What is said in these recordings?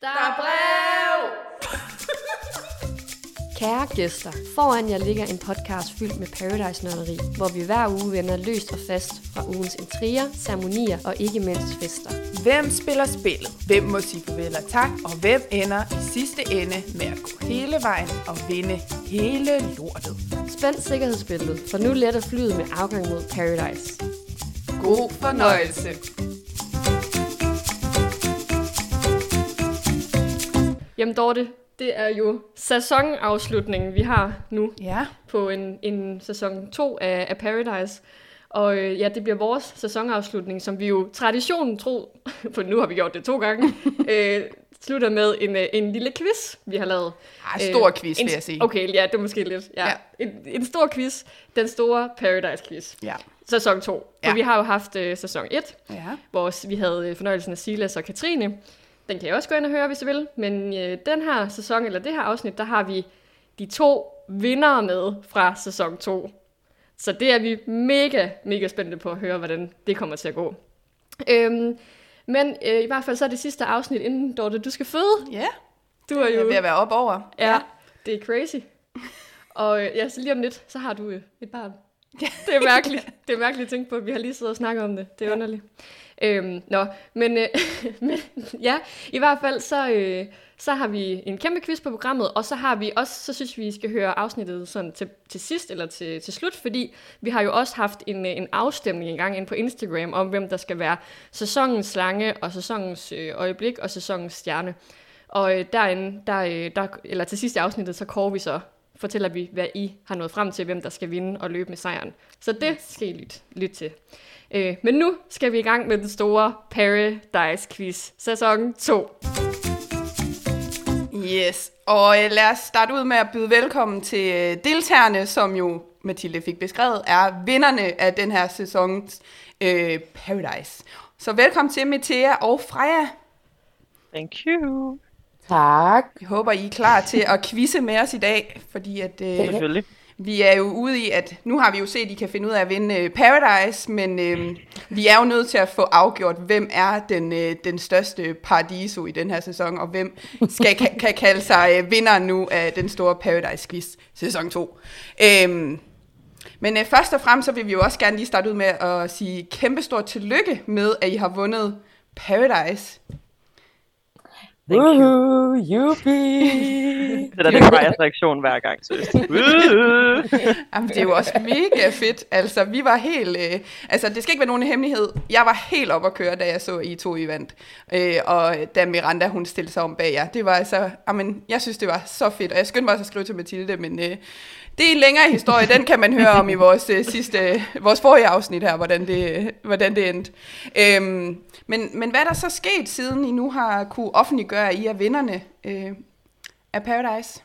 Der er brev! Kære gæster, foran jer ligger en podcast fyldt med paradise nørderi, hvor vi hver uge vender løst og fast fra ugens intriger, ceremonier og ikke mindst fester. Hvem spiller spillet? Hvem må sige farvel og tak? Og hvem ender i sidste ende med at gå hele vejen og vinde hele lortet? Spænd sikkerhedsbæltet, for nu letter flyet med afgang mod paradise. God fornøjelse! Jamen Dorte, det er jo sæsonafslutningen, vi har nu Ja, på en, en sæson 2 af, af Paradise. Og øh, ja, det bliver vores sæsonafslutning, som vi jo traditionen tro, for nu har vi gjort det to gange, øh, slutter med en, øh, en lille quiz, vi har lavet. Ej, Ah, stor Øh, quiz, en, vil jeg sige. Okay, ja, det er måske lidt. Ja. Ja. ja. En, en stor quiz, den store Paradise-quiz, Ja. sæson 2. Ja. Ja. For vi har jo haft øh, sæson 1, ja. hvor s- vi havde øh, fornøjelsen af Silas og Katrine. Den kan jeg også gå ind og høre, hvis I vil. Men øh, den her sæson, eller det her afsnit, der har vi de to vinder med fra sæson 2. Så det er vi mega, mega spændte på at høre, hvordan det kommer til at gå. Øhm, men øh, i hvert fald så er det sidste afsnit, inden Dorte, du skal føde. Ja, Du er jeg jo... er ved at være op over. Ja, det er crazy. Og øh, ja, så lige om lidt, så har du øh, et barn. Det er mærkeligt. Det er mærkeligt at tænke på, at vi har lige siddet og snakket om det. Det er ja. underligt. Øhm, nå, men, øh, men ja, i hvert fald så, øh, så har vi en kæmpe quiz på programmet, og så har vi også, så synes vi, I skal høre afsnittet sådan til, til sidst eller til, til slut, fordi vi har jo også haft en, øh, en afstemning engang inde på Instagram om, hvem der skal være sæsonens slange og sæsonens øh, øjeblik og sæsonens stjerne. Og øh, derinde, der, øh, der, eller til sidst i afsnittet, så kårer vi så, fortæller vi, hvad I har nået frem til, hvem der skal vinde og løbe med sejren. Så det skal I lytte, lytte til. Øh, men nu skal vi i gang med den store Paradise Quiz, sæson 2. Yes, og øh, lad os starte ud med at byde velkommen til øh, deltagerne, som jo Mathilde fik beskrevet, er vinderne af den her sæsons øh, Paradise. Så velkommen til Metea og Freja. Thank you. Tak. Jeg håber, I er klar til at quizze med os i dag, fordi at, øh, Selvfølgelig. vi er jo ude i, at nu har vi jo set, at I kan finde ud af at vinde øh, Paradise, men øh, vi er jo nødt til at få afgjort, hvem er den, øh, den største paradiso i den her sæson, og hvem skal, kan, kan kalde sig øh, vinder nu af den store Paradise Quiz sæson 2. Øh, men øh, først og fremmest, så vil vi jo også gerne lige starte ud med at sige kæmpestort tillykke med, at I har vundet Paradise. Thank you. Woohoo, yuppie. Det er da den Frejas reaktion hver gang. Så. Uh, Jamen, det er jo også mega fedt. Altså, vi var helt... Øh, altså, det skal ikke være nogen hemmelighed. Jeg var helt oppe at køre, da jeg så I to i vandt. Øh, og da Miranda, hun stillede sig om bag jer. Det var altså... Amen, jeg synes, det var så fedt. Og jeg skyndte mig også at skrive til Mathilde, men... Øh, det er en længere historie, den kan man høre om i vores øh, sidste, vores forrige afsnit her, hvordan det, øh, hvordan det endte. Øhm, men, men hvad er der så sket, siden I nu har kunne offentliggøre, at I er vinderne øh, af Paradise?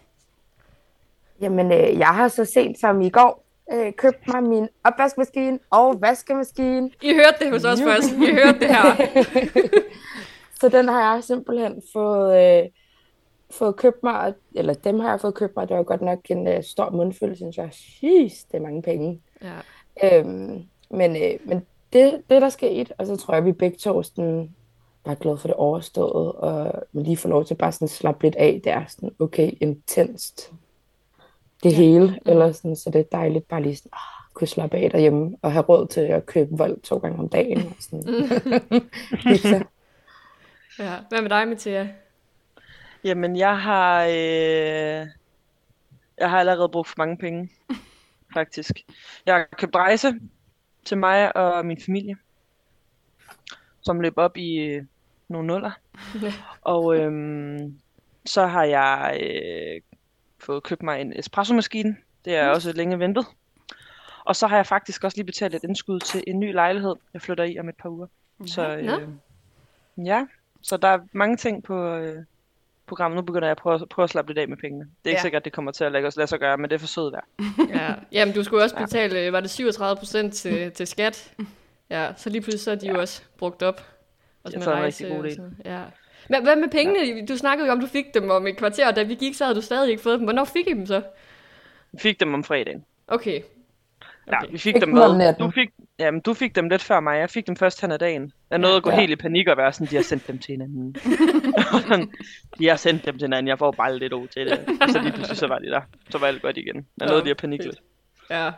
Jamen, øh, jeg har så sent som i går øh, købt mig min opvaskemaskine og vaskemaskine. I hørte det hos os Juhu. først. I hørte det her. Så den har jeg simpelthen fået, øh, fået købt mig, og- eller dem har jeg fået købt mig. Det var godt nok en øh, stor mundfylde, synes jeg. Jeez, det er mange penge. Ja. Øhm, men øh, men det, det er der sket, og så tror jeg, at vi begge to sådan, var glade for det overstået, og man lige får lov til bare sådan at slappe lidt af. Det er sådan, okay, intenst det hele, eller sådan, så det er dejligt bare lige sådan, ah, kunne slappe af derhjemme, og have råd til at købe vold to gange om dagen. Og sådan. Pizza. ja. Hvad med dig, Mathia? jamen, jeg har, øh, jeg har allerede brugt for mange penge, faktisk. Jeg har købt rejse til mig og min familie, som løb op i øh, nogle nuller. Ja. Og øhm, så har jeg øh, fået købt mig en espresso-maskine. Det Mm. er også længe ventet. Og så har jeg faktisk også lige betalt et indskud til en ny lejlighed, jeg flytter i om et par uger. Så nå. øh, ja, så der er mange ting på øh, programmet. Nu begynder jeg at prøve, prøve at slappe lidt af med pengene. Det er ikke Ja. ja. sikkert, at det kommer til at lade, os, lade sig gøre, men det er for sødt værd. Ja. Jamen, du skulle også betale, øh, var det 37 procent Mm. til, til skat? Ja, så lige pludselig så er de ja. jo også brugt op. Og Jeg tror, det er en rigtig god idé. Ja. Men hvad med pengene? Du snakkede jo om, du fik dem om et kvarter, og da vi gik, så havde du stadig ikke fået dem. Hvornår fik I dem så? Vi fik dem om fredagen. Okay. Ja, vi fik Ikke dem noget om med. natten. Du fik, jamen, du fik dem lidt før mig. Jeg fik dem først hen ad dagen. Jeg nåede at gå Ja. helt i panik og være sådan, de har sendt dem til hinanden. de har sendt dem til hinanden, jeg får bare lidt ord til det. Og så lige pludselig, så var de der. Så var alt godt igen. Jeg nåede Nå, lige at panikke fedt. lidt. Ja.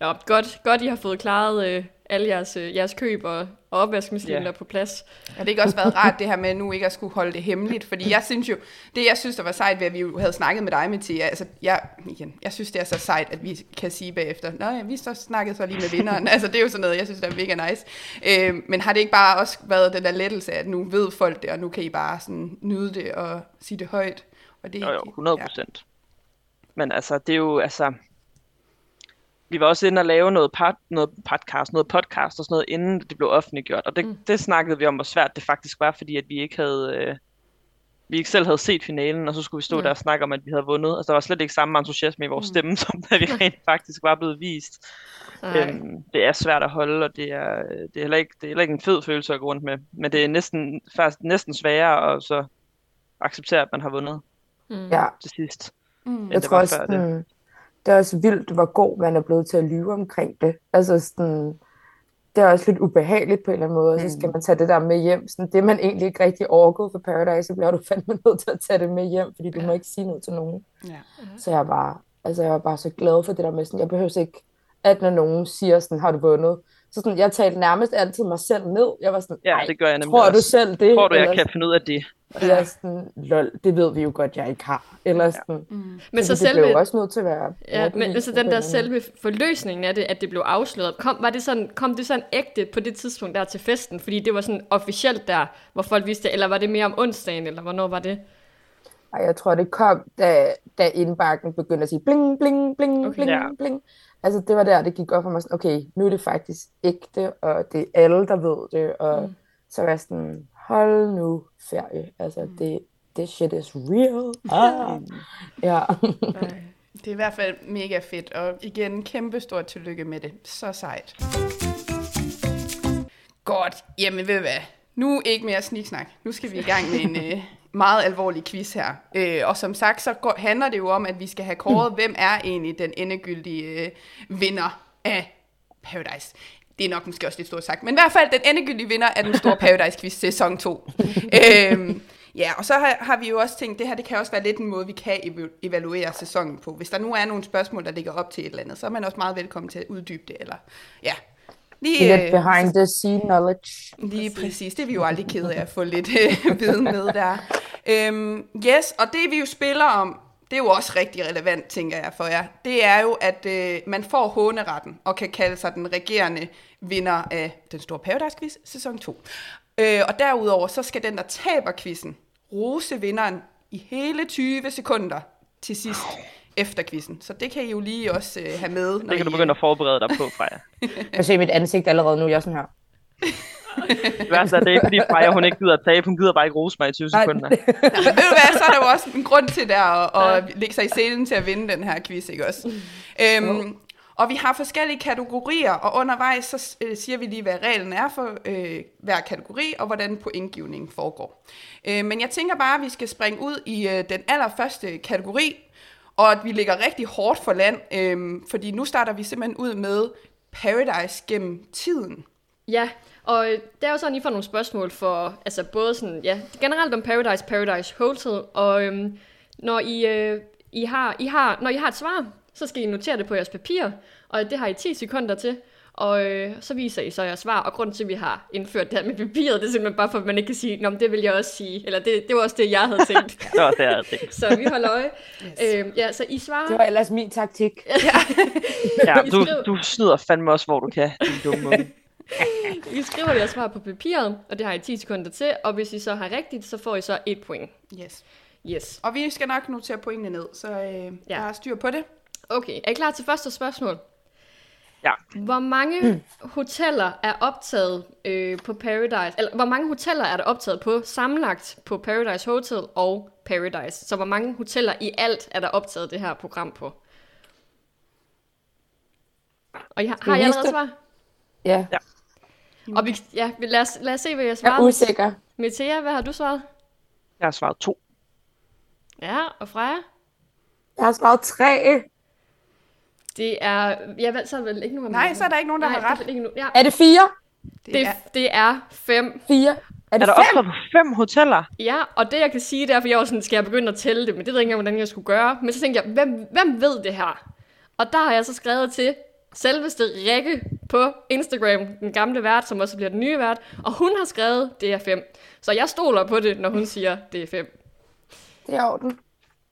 Nå, godt, godt I har fået klaret øh, alle jeres, øh, jeres køb og, og opvaskemaskiner Ja. yeah. på plads. Har det ikke også været rart, det her med nu ikke at skulle holde det hemmeligt? Fordi jeg synes jo, det jeg synes, der var sejt ved, at vi jo havde snakket med dig, Mathia, altså jeg, igen, jeg synes, det er så sejt, at vi kan sige bagefter, nå ja, vi så snakkede så lige med vinderen. altså det er jo sådan noget, jeg synes, der er mega nice. Øh, men har det ikke bare også været den der lettelse, at nu ved folk det, og nu kan I bare sådan nyde det og sige det højt? Og det, Jo, jo, 100 procent. Men altså, det er jo, altså... Vi var også inde og lave noget, part, noget podcast, noget podcast og sådan noget, inden det blev offentliggjort. Og det, mm. det snakkede vi om, hvor svært det faktisk var, fordi at vi ikke havde... Øh, vi ikke selv havde set finalen, og så skulle vi stå Nej. der og snakke om, at vi havde vundet. Altså, der var slet ikke samme entusiasme i vores Mm. stemme, som da vi rent faktisk var blevet vist. Nej. Øhm, det er svært at holde, og det er, det, er heller ikke, det er heller ikke en fed følelse at gå rundt med. Men det er næsten, faktisk næsten sværere at så acceptere, at man har vundet Mm. Ja, til sidst. Mm. Ja, jeg det tror var også, øh, før det. sådan, det er også vildt, hvor god man er blevet til at lyve omkring det. Altså sådan, det er også lidt ubehageligt på en eller anden måde, og så Hmm. skal man tage det der med hjem. Sådan, det, man egentlig ikke rigtig overgår for Paradise, så bliver du fandme nødt til at tage det med hjem, fordi du må ikke sige noget til nogen. Ja. Så jeg var, altså, jeg var bare så glad for det der med, sådan, jeg behøver ikke, at når nogen siger, sådan, har du vundet? Så sådan, jeg talte nærmest altid mig selv ned. Jeg var sådan, Ja, "Ej, det gør jeg nemlig tror du også. selv det? Tror du, jeg Eller kan finde ud af det? Eller sådan, lol, det ved vi jo godt, jeg ikke har. Eller sådan, Men så fordi det blev selve, jo også nødt til at være ja, men, men så den der overbevisende. selve forløsningen af det, at det blev afsløret, kom, var det sådan, kom det sådan ægte på det tidspunkt der til festen? Fordi det var sådan officielt der, hvor folk vidste det, eller var det mere om onsdagen, eller hvornår var det? Ej, jeg tror, det kom, da, da indbakken begyndte at sige bling, bling, bling, Okay. okay. bling, Ja. bling. Altså, det var der, det gik op for mig sådan, okay, nu er det faktisk ægte, og det er alle, der ved det, og mm. så var jeg sådan, hold nu ferie. Altså, det, det shit is real. Ah. ja. Det er i hvert fald mega fedt, og igen, kæmpe stort tillykke med det. Så sejt. Godt, jamen ved du hvad? Nu ikke mere sniksnak. Nu skal vi i gang med en øh, meget alvorlig quiz her. Øh, og som sagt, så går, handler det jo om, at vi skal have kåret, hvem er egentlig den endegyldige øh, vinder af Paradise. Det er nok måske også lidt stort sagt, men i hvert fald den endegyldige vinder af den store Paradise-quiz sæson 2. øhm, ja, og så har, har vi jo også tænkt, det her det kan også være lidt en måde, vi kan ev- evaluere sæsonen på. Hvis der nu er nogle spørgsmål, der ligger op til et eller andet, så er man også meget velkommen til at uddybe det. Eller, ja. Lige, øh, Lidt behind the scene knowledge. Lige præcis. præcis. Det er vi jo aldrig ked af at få lidt øh, viden med der. Øhm, yes, og det vi jo spiller om, det er jo også rigtig relevant, tænker jeg for jer. Det er jo, at øh, man får håneretten og kan kalde sig den regerende vinder af Den Store Paradise Quiz sæson 2. Øh, og derudover, så skal den, der taber quizzen, rose vinderen i hele 20 sekunder til sidst efter quizzen. Så det kan I jo lige også øh, have med. Det kan du begynde at forberede dig på, Freja. Jeg se mit ansigt allerede nu, jeg er sådan her. Det værste er, det er ikke, fordi Freja hun ikke gider at tabe. Hun gider bare ikke rose mig i 20 Nej. sekunder. Men ved du hvad, så er der jo også en grund til der at, at lægge sig i scenen til at vinde den her quiz, ikke også? Øhm, og vi har forskellige kategorier, og undervejs så øh, siger vi lige, hvad reglen er for øh, hver kategori, og hvordan pointgivningen foregår. Øh, men jeg tænker bare, at vi skal springe ud i øh, den allerførste kategori, og at vi ligger rigtig hårdt for land, øh, fordi nu starter vi simpelthen ud med Paradise gennem tiden. Ja, og øh, det er jo sådan, I får nogle spørgsmål for, altså både sådan, ja, generelt om Paradise, Paradise Hotel, og øhm, når, I, øh, I har, I har, når I har et svar, så skal I notere det på jeres papir, og det har I 10 sekunder til, og øh, så viser I så jeres svar, og grunden til, at vi har indført det her med papiret, det er simpelthen bare for, at man ikke kan sige, nå, men det vil jeg også sige, eller det, det var også det, jeg havde tænkt, Det var det, jeg havde tænkt. så vi holder øje. Yes. Øhm, ja, så I svarer... Det var ellers min taktik. Ja, I du, skriver- du snyder fandme også, hvor du kan, din dumme unge. I skriver jeres svar på papiret, og det har I 10 sekunder til, og hvis I så har rigtigt, så får I så et point. Yes. Yes. Og vi skal nok notere pointene ned, så øh, ja. der er styr på det. Okay, er I klar til første spørgsmål? Mm. Ja. Hvor mange hoteller er optaget øh, på Paradise, eller hvor mange hoteller er der optaget på sammenlagt på Paradise Hotel og Paradise? Så hvor mange hoteller i alt er der optaget det her program på? Og I har, har I vi allerede liste? svar? Ja. Og vi, ja, vi- lad, os, lad os se, hvad jeg Jeg er svarer. usikker. Metea, hvad har du svaret? Jeg har svaret to. Ja, og Freja? Jeg har svaret tre. Det er... Jeg valgte så vel ikke nogen af Nej, mine. så er der ikke nogen, der Nej, har ret. er Ikke nogen. Ja, Er det fire? Det, det, er, det er fem. Fire? Er Er det der fem? opstået på fem hoteller? Ja, og det jeg kan sige, det er, for jeg var sådan, skal jeg begynde at tælle det, men det ved jeg ikke engang, hvordan jeg skulle gøre. Men så tænkte jeg, hvem, hvem ved det her? Og der har jeg så skrevet til selveste Rikke på Instagram, den gamle vært, som også bliver den nye vært, og hun har skrevet, det er fem. Så jeg stoler på det, når hun siger, det er fem. Det er i orden.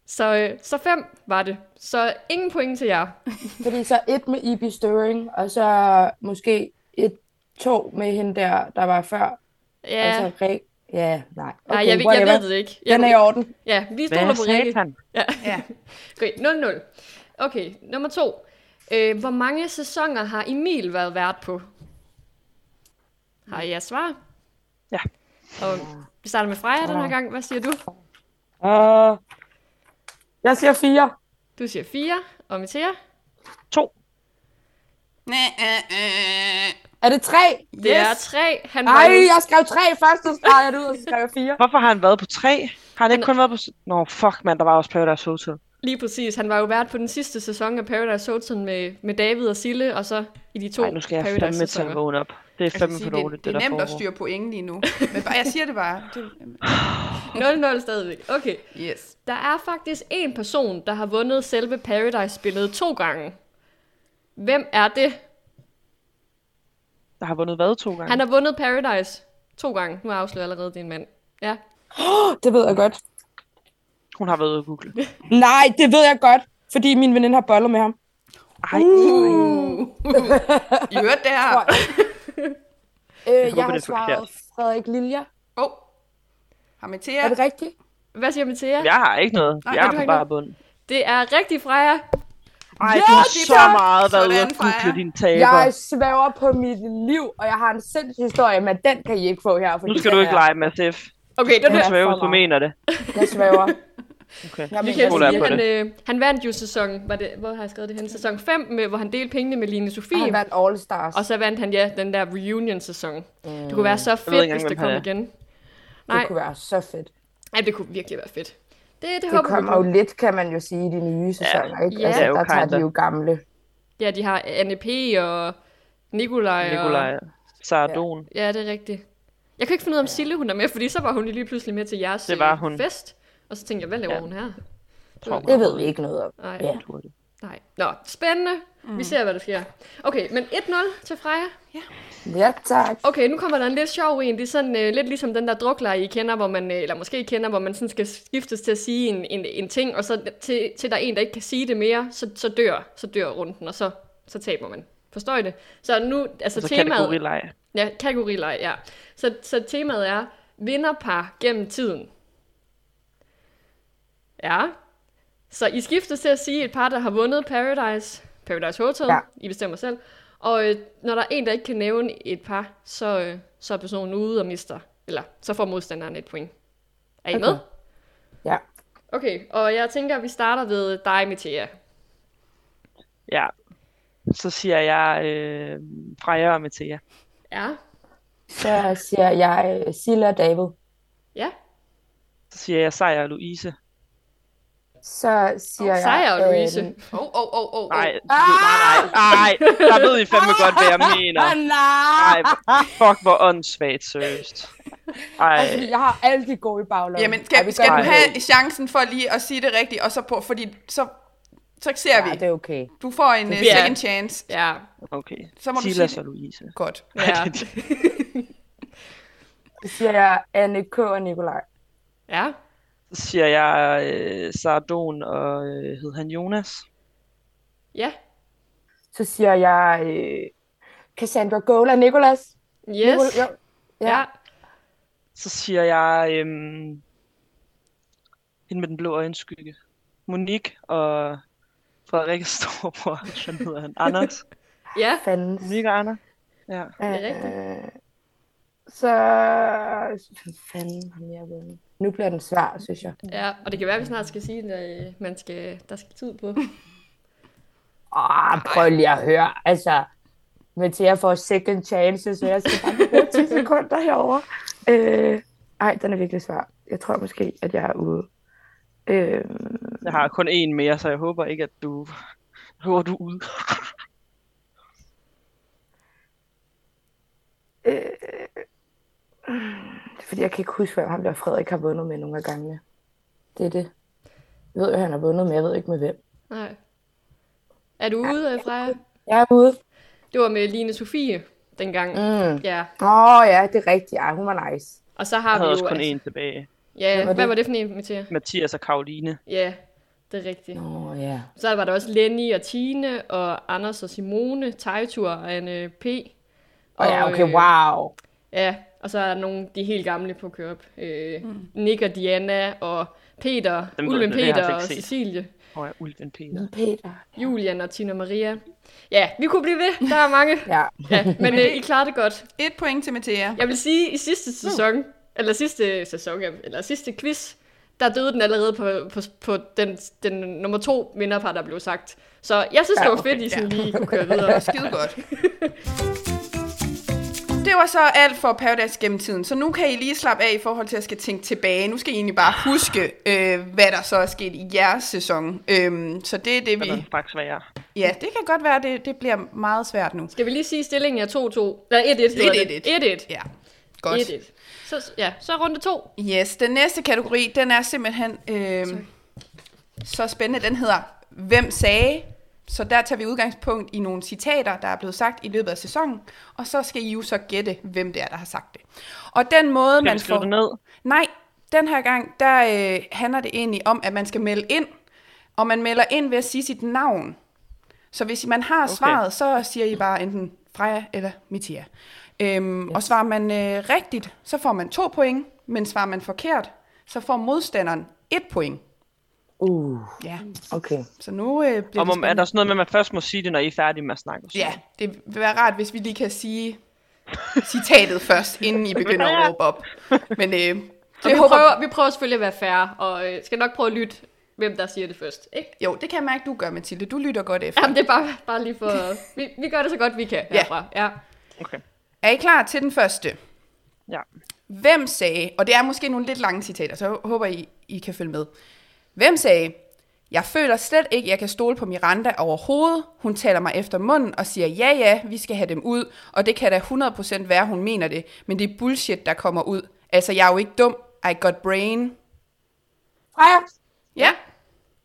Så, øh, så fem var det. Så ingen point til jer. Fordi så et med Ibi Stirring, og så måske et, to med hende der, der var før. Ja, Og altså, så re... Ja, nej. okay, nej, jeg, ved- jeg, whatever. ved det ikke. Jeg, Den er i orden. ja, vi Hvad stoler på Rikke. satan? Ja. Ja. Okay, 0-0. Okay, nummer to. Øh, hvor mange sæsoner har Emil været vært på? Har jeg svar? Ja. Og vi starter med Freja den her gang. Hvad siger du? Øh, Uh, jeg siger fire. Du siger 4, og Mathia? To. Næ, øh, øh. Er det tre? Det Yes. er 3. Han var jo- Nej, jeg skrev tre først, så skrev jeg det ud, og så skrev jeg fire. Hvorfor har han været på tre? Har han ikke Nå. kun været på... s- Nå, fuck mand, der var også Paradise Hotel. lige præcis. Han var jo vært på den sidste sæson af Paradise Hotel med, med David og Sille, og så i de to Nej, nu skal jeg fandme til at Paradise-sæsoner. vågne op. Det er Jeg kan fandme sige, for dårligt, det, det det, er der nemt at foregår. styre point lige nu. Men bare, jeg siger det bare. Det, 0-0 stadigvæk. Okay. yes. Der er faktisk en person, der har vundet selve Paradise-spillet to gange. Hvem er det? Der har vundet hvad to gange? Han har vundet Paradise to gange. Nu afslører jeg allerede din mand. Ja. Det ved jeg godt. Hun har været ude at google. Nej, det ved jeg godt, fordi min veninde har bollet med ham. Ej, Uh. I hørte det her. Tror jeg. Øh, jeg, håber, har det er svaret Frederik Lilja. Åh. Oh. Har man til jer? Er det rigtigt? Hvad siger Mathia? jeg har ikke noget. Nej, jeg du er har på ikke bare bund. Det er rigtig Freja. Ej, Ja, du har det er så godt. meget været ude at Sådan, google Freja. din taber. Jeg svæver på mit liv, og jeg har en sindssyg historie, men den kan I ikke få her. Nu skal du ikke lege med SF. Okay, det Du Ja, er svæver, for du meget. mener det. Jeg svæver. Okay. vi Jeg mener kan det. Skål af sige, på han, øh, han vandt jo sæson, var det, hvor har jeg skrevet det hen? Sæson 5, med, hvor han delte pengene med Line Og Sofie. Han vandt All Stars. Og så vandt han, ja, den der reunion-sæson. Det kunne være så fedt, Mm. ikke ikke, engang, hvis det hvem kom han er. igen. Det Nej, kunne være så fedt. ja, det kunne virkelig være fedt. Det, det Det håber vi kommer jo på. lidt, kan man jo sige, i de nye sæsoner. Ikke? Ja. altså, Det er jo der tager kinda. de jo gamle. Ja, de har Anne P. og Nikolaj. Nikolaj Og... Sardon. Ja, det er rigtigt. Jeg kunne ikke finde ud af, om Sille hun er med, fordi så var hun jo lige pludselig med til jeres Det var øh, hun. fest. Og så tænkte jeg, hvad laver Ja. hun her? Tror mig. Det ved vi ikke noget om. Nej, Ja. nej. Nå, spændende. Vi ser, hvad der sker. Okay, men 1-0 til Freja. Ja, tak. Okay, nu kommer der en lidt sjov en. Det er sådan øh, lidt ligesom den der drukleje, I kender, hvor man, øh, eller måske I kender, hvor man sådan skal skiftes til at sige en, en, en ting, og så til, til der er en, der ikke kan sige det mere, så, så dør, så dør runden, og så, så taber man. Forstår I det? Så nu, altså Så temaet... kategorileg. Ja, kategorileg, ja. Så, så temaet er vinderpar gennem tiden. Ja. Så I skiftes til at sige et par, der har vundet Paradise, Paradise Hotel, ja. Ja. I bestemmer selv. Og øh, når der er en, der ikke kan nævne et par, så, øh, så er personen ude og mister, eller så får modstanderen et point. Er I okay. med? Ja. Okay, og jeg tænker, at vi starter ved dig, Mathia. Ja. Så siger jeg øh, Freja og Mathia. Ja, Så siger jeg øh, Silla og David. ja. Så siger jeg Sejr og Louise. Så siger jeg... Sejr, øh, Louise. Åh, oh, oh, oh, oh. Nej, du ved- nej, nej, nej. Der ved I fandme godt, hvad jeg mener. Ah, nej! Nej, fuck, hvor åndssvagt, seriøst. Ej, Altså, jeg har alle de gode i baglommen. Jamen, Ej, skal, vi skal gør du det. have chancen for lige at sige det rigtigt, og så på, fordi så, så ser Ja, vi. det er okay. Du får en uh, Ja. second chance. Ja, okay. Så må du Silas sige og Louise. Godt. ja, Så siger jeg Anne K. og Nikolaj. ja. Så siger jeg øh, Sardon og øh, hed han Jonas. ja. Så siger jeg øh, Cassandra Gola og Nicolas. Yes. Nicol- jo. Ja. Så siger jeg øh, hende med den blå øjenskygge. Monique og Frederik Storbror, han hedder han. Anders. Ja. Fanden. Monique og Anna. Ja. er rigtigt. Øh, så... Hvad fanden har jeg vundet? Nu bliver den svær, synes jeg. Ja, og det kan være, at vi snart skal sige, at øh, man skal, der skal tid på. Åh, prøv lige at høre. Altså, Mathia får second chance, så jeg skal bare bruge 10 sekunder herovre. Øh, ej, den er virkelig svær. Jeg tror måske, at jeg er ude. Øh, Jeg har kun en mere, så jeg håber ikke, at du hører du ud. Øh, det er fordi, jeg kan ikke huske, hvem ham der Frederik har vundet med nogle af gangene. Det er det. Jeg ved jo, han har vundet, men jeg ved ikke med hvem. Nej. Er du ude, øh, Freja? Jeg er ude. Det var med Line Sofie dengang. Mm. Ja, Åh oh, ja, det er rigtigt. Ja, hun var nice. og så Jeg har vi havde jo... også kun altså- en tilbage. Ja, Hvem var hvad det? var det for en, Mathia? Mathias og Karoline. Ja, det er rigtigt. Nå ja. Så var der også Lenny og Tine og Anders og Simone, Tejtur og Anne P. Åh ja, okay, øh, wow. Ja, og så er der nogle de helt gamle på Kørup. Øh, mm. Nick og Diana og Peter, Dem ved Ulven jeg, det har jeg Peter altså og ikke set. Cecilie, Og jeg ulven Peter. Men Peter. Julian og Tina Maria. Ja, vi kunne blive ved. Der er mange. Ja. Ja, men øh, I klarede det godt. Et point til Mathia. Jeg vil sige, i sidste Hmm. sæson, eller sidste sæson, ja, eller sidste quiz, der døde den allerede på, på, på den, den nummer to vinderpar, der blev sagt. Så jeg synes, det var fedt, I sådan lige kunne køre videre. Skide godt. Det var så alt for Paradise gennem tiden, så nu kan I lige slappe af i forhold til at skal tænke tilbage. Nu skal I egentlig bare huske, øh, hvad der så er sket i jeres sæson. Øhm, så det er det, vi... Det er straks værre. Ja, det kan godt være, det, det bliver meget svært nu. Skal vi lige sige, at stillingen er 2-2? Nej, 1-1 hedder 1-1. det. 1-1. Ja, 1-1. godt. 1-1. Så, ja, så er runde to. Yes, den næste kategori, den er simpelthen øh, så spændende. Den hedder, hvem sagde? Så der tager vi udgangspunkt i nogle citater, der er blevet sagt i løbet af sæsonen, og så skal I jo så gætte, hvem det er, der har sagt det. Og den måde, Skal man vi skrive får... det ned? Nej, den her gang, der øh, handler det egentlig om, at man skal melde ind, og man melder ind ved at sige sit navn. Så hvis man har okay. svaret, så siger I bare enten Freja eller Mitia. Øhm, yes. Og svarer man øh, rigtigt, så får man to point, men svarer man forkert, så får modstanderen et point. Uh, Ja, okay. så nu øh, bliver Og det om, er spændende. der sådan noget med, at man først må sige det, når I er færdige med at snakke? og sådan Ja, det vil være rart, hvis vi lige kan sige citatet først, inden I begynder at råbe op. Men øh, Og det vi, håber prøver, vi prøver selvfølgelig at være færre, og øh, skal nok prøve at lytte, hvem der siger det først. Ikke? Jo, det kan jeg mærke, du gør, Mathilde. Du lytter godt efter. Jamen, det er bare, bare lige for... Vi, vi gør det så godt, vi kan herfra. Ja. noget? Okay. Er I klar til den første? Ja. Hvem sagde, og det er måske nogle lidt lange citater, så håber I, I kan følge med. Hvem sagde, jeg føler slet ikke, jeg kan stole på Miranda overhovedet. Hun taler mig efter munden og siger, ja ja, vi skal have dem ud, og det kan da 100% være, hun mener det, men det er bullshit, der kommer ud. Altså, jeg er jo ikke dum. I got brain. Freja. Ja,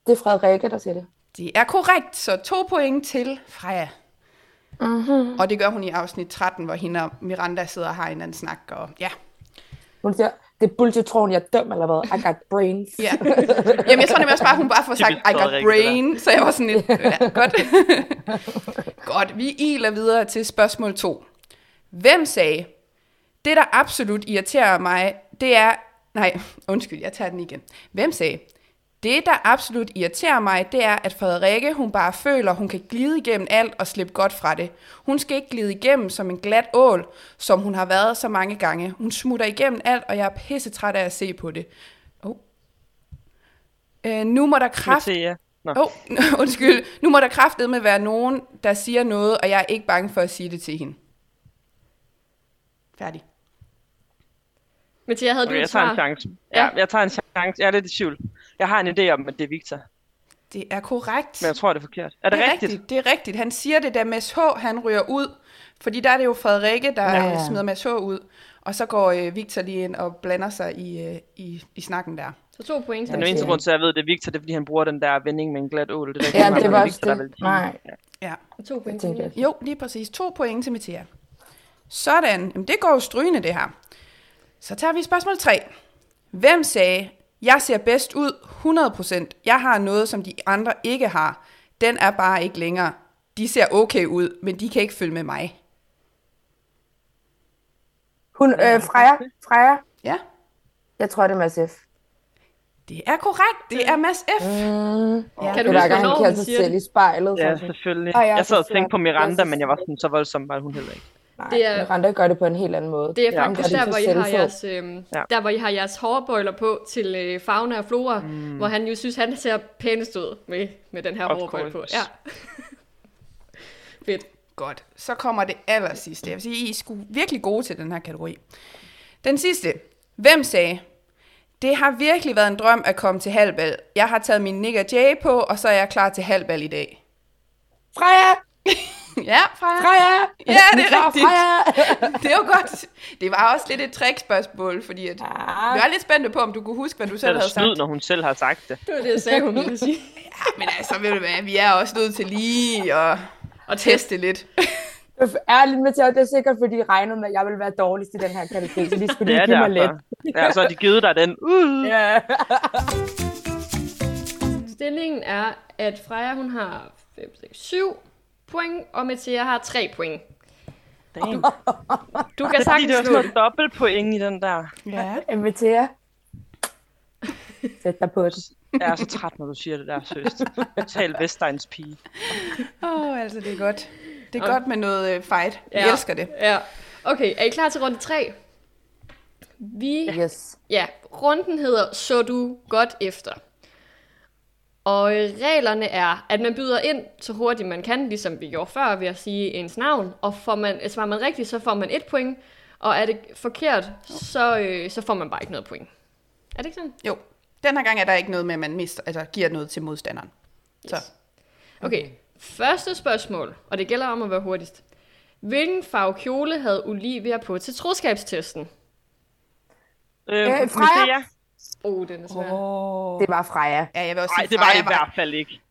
Det er Frederikke, der siger det. det er korrekt, så to point til Freja. Mm-hmm. Og det gør hun i afsnit 13, hvor hende og Miranda sidder og har en anden snak. Og, ja. Hun siger, det er bullshit, tror hun, jeg er dum eller hvad. I got brains. Ja. Jamen, jeg tror nemlig også bare, at hun bare får sagt, I got Frederik, brain, så jeg var sådan lidt, ja, godt. godt, vi iler videre til spørgsmål 2. Hvem sagde, det der absolut irriterer mig, det er, nej, undskyld, jeg tager den igen. Hvem sagde, det der absolut irriterer mig, det er, at Frederikke, hun bare føler, hun kan glide igennem alt og slippe godt fra det. Hun skal ikke glide igennem som en glat ål, som hun har været så mange gange. Hun smutter igennem alt, og jeg er pissetræt af at se på det. Oh. Øh, nu må der kraft... Mathia. Nå. Åh, oh, undskyld. Nu må der kraftet med være nogen, der siger noget, og jeg er ikke bange for at sige det til hende. Færdig. Mathia, havde Okay, du jeg et tager en svar? chance. Ja. Ja, jeg tager en chance. Jeg er lidt i tvivl. Jeg har en idé om, at det er Victor, Det er korrekt. men jeg tror, det er forkert. Er det, det er rigtigt? rigtigt? Det er rigtigt. Han siger det, da Mads H. han ryger ud. Fordi der er det jo Frederikke, der Ja. ja. smider Mads H. ud. Og så går øh, Victor lige ind og blander sig i, øh, i, i snakken der. Så to point til Den eneste Ja. grund til, at jeg ved, det er Victor, det er, fordi han bruger den der vending med en glat ål. Det, der, Ja, det var også Victor, der det. vil sige. Nej. Ja. Ja. To point Jeg til tænkte, Nina. at Jo, lige præcis. To point til Mathia. Sådan. Jamen, det går jo strygende, det her. Så tager vi spørgsmål 3. Hvem sagde, jeg ser bedst ud 100%. Jeg har noget, som de andre ikke har. Den er bare ikke længere. De ser okay ud, men de kan ikke følge med mig. hun, øh, Freja, Freja, Ja, jeg tror, det er Mads F. det er korrekt. Det er Mads F. Ja. Kan du huske, det der gang, han hvornår kigger hun sig siger selv i spejlet. Ja, sådan. selvfølgelig. Ej, jeg jeg, er jeg sad så og tænkte på flot. Miranda, Jeg er så men jeg var sådan, så voldsom var hun heller ikke. Nej, Det er- Miranda gør det på en helt anden måde. Det er Ja. faktisk Og det er der, så hvor I har selvfed. jeres, øhm, Ja. der, hvor I har jeres hårbøjler på til øh, fauna og flora, mm. hvor han jo synes, han ser pænest ud med, med den her Of hårbøjle på. course. Ja. Fedt. Godt. Så kommer det aller sidste. Jeg vil sige, I er sgu virkelig gode til den her kategori. Den sidste. Hvem sagde, det har virkelig været en drøm at komme til halvbal. Jeg har taget min Nick og Jay på, og så er jeg klar til halvbal i dag. Freja! Ja, Freja. Freja! Ja, det Vi er klar, rigtigt. Freja! Det var godt. Det var også lidt et trickspørgsmål, fordi at vi Ah, var lidt spændte på, om du kunne huske, hvad du Det er selv da havde sagt. snyd, når hun selv har sagt det. Det var det, jeg sagde, hun ville sige. Men altså, ved du hvad, vi er også nødt til lige at, at teste lidt. ærligt, Mathia, det er sikkert, fordi I regnede med, at jeg ville være dårligst i den her kategori, så de skulle Det lige er give mig lidt. derfor. Ja, og så har de givet dig den. Uh. Ja. Stillingen er, at Freja hun har 5, 6, 7 point, og Mathia har 3 point. Damn. Du kan Fordi det sagtens var slå sådan det. noget dobbeltpoint i den der. Ja. Mathia. Øh, Sæt dig på det. Jeg er så træt, når du siger det der, søst. Total Vestegns pige. Åh, oh, altså, det er godt. Det er godt med noget øh, fight. Vi Ja. elsker det. Ja. Okay, er I klar til runde 3? Vi Yes. Ja, runden hedder Så du godt efter. Og øh, reglerne er, at man byder ind så hurtigt man kan, ligesom vi gjorde før ved at sige ens navn. Og får man, øh, svarer man rigtigt, så får man et point. Og er det forkert, så, øh, så får man bare ikke noget point. Er det ikke sådan? Jo, den her gang er der ikke noget med, at man mister, altså, giver noget til modstanderen. Så. Okay, første spørgsmål, og det gælder om at være hurtigst. Hvilken farve kjole havde Olivia på til troskabstesten? Øh, Øh, øh Freja? Åh, oh, den er svær. Oh. Det var Freja. Ja, jeg vil også Nej, sige, det var det Freja i hvert fald ikke.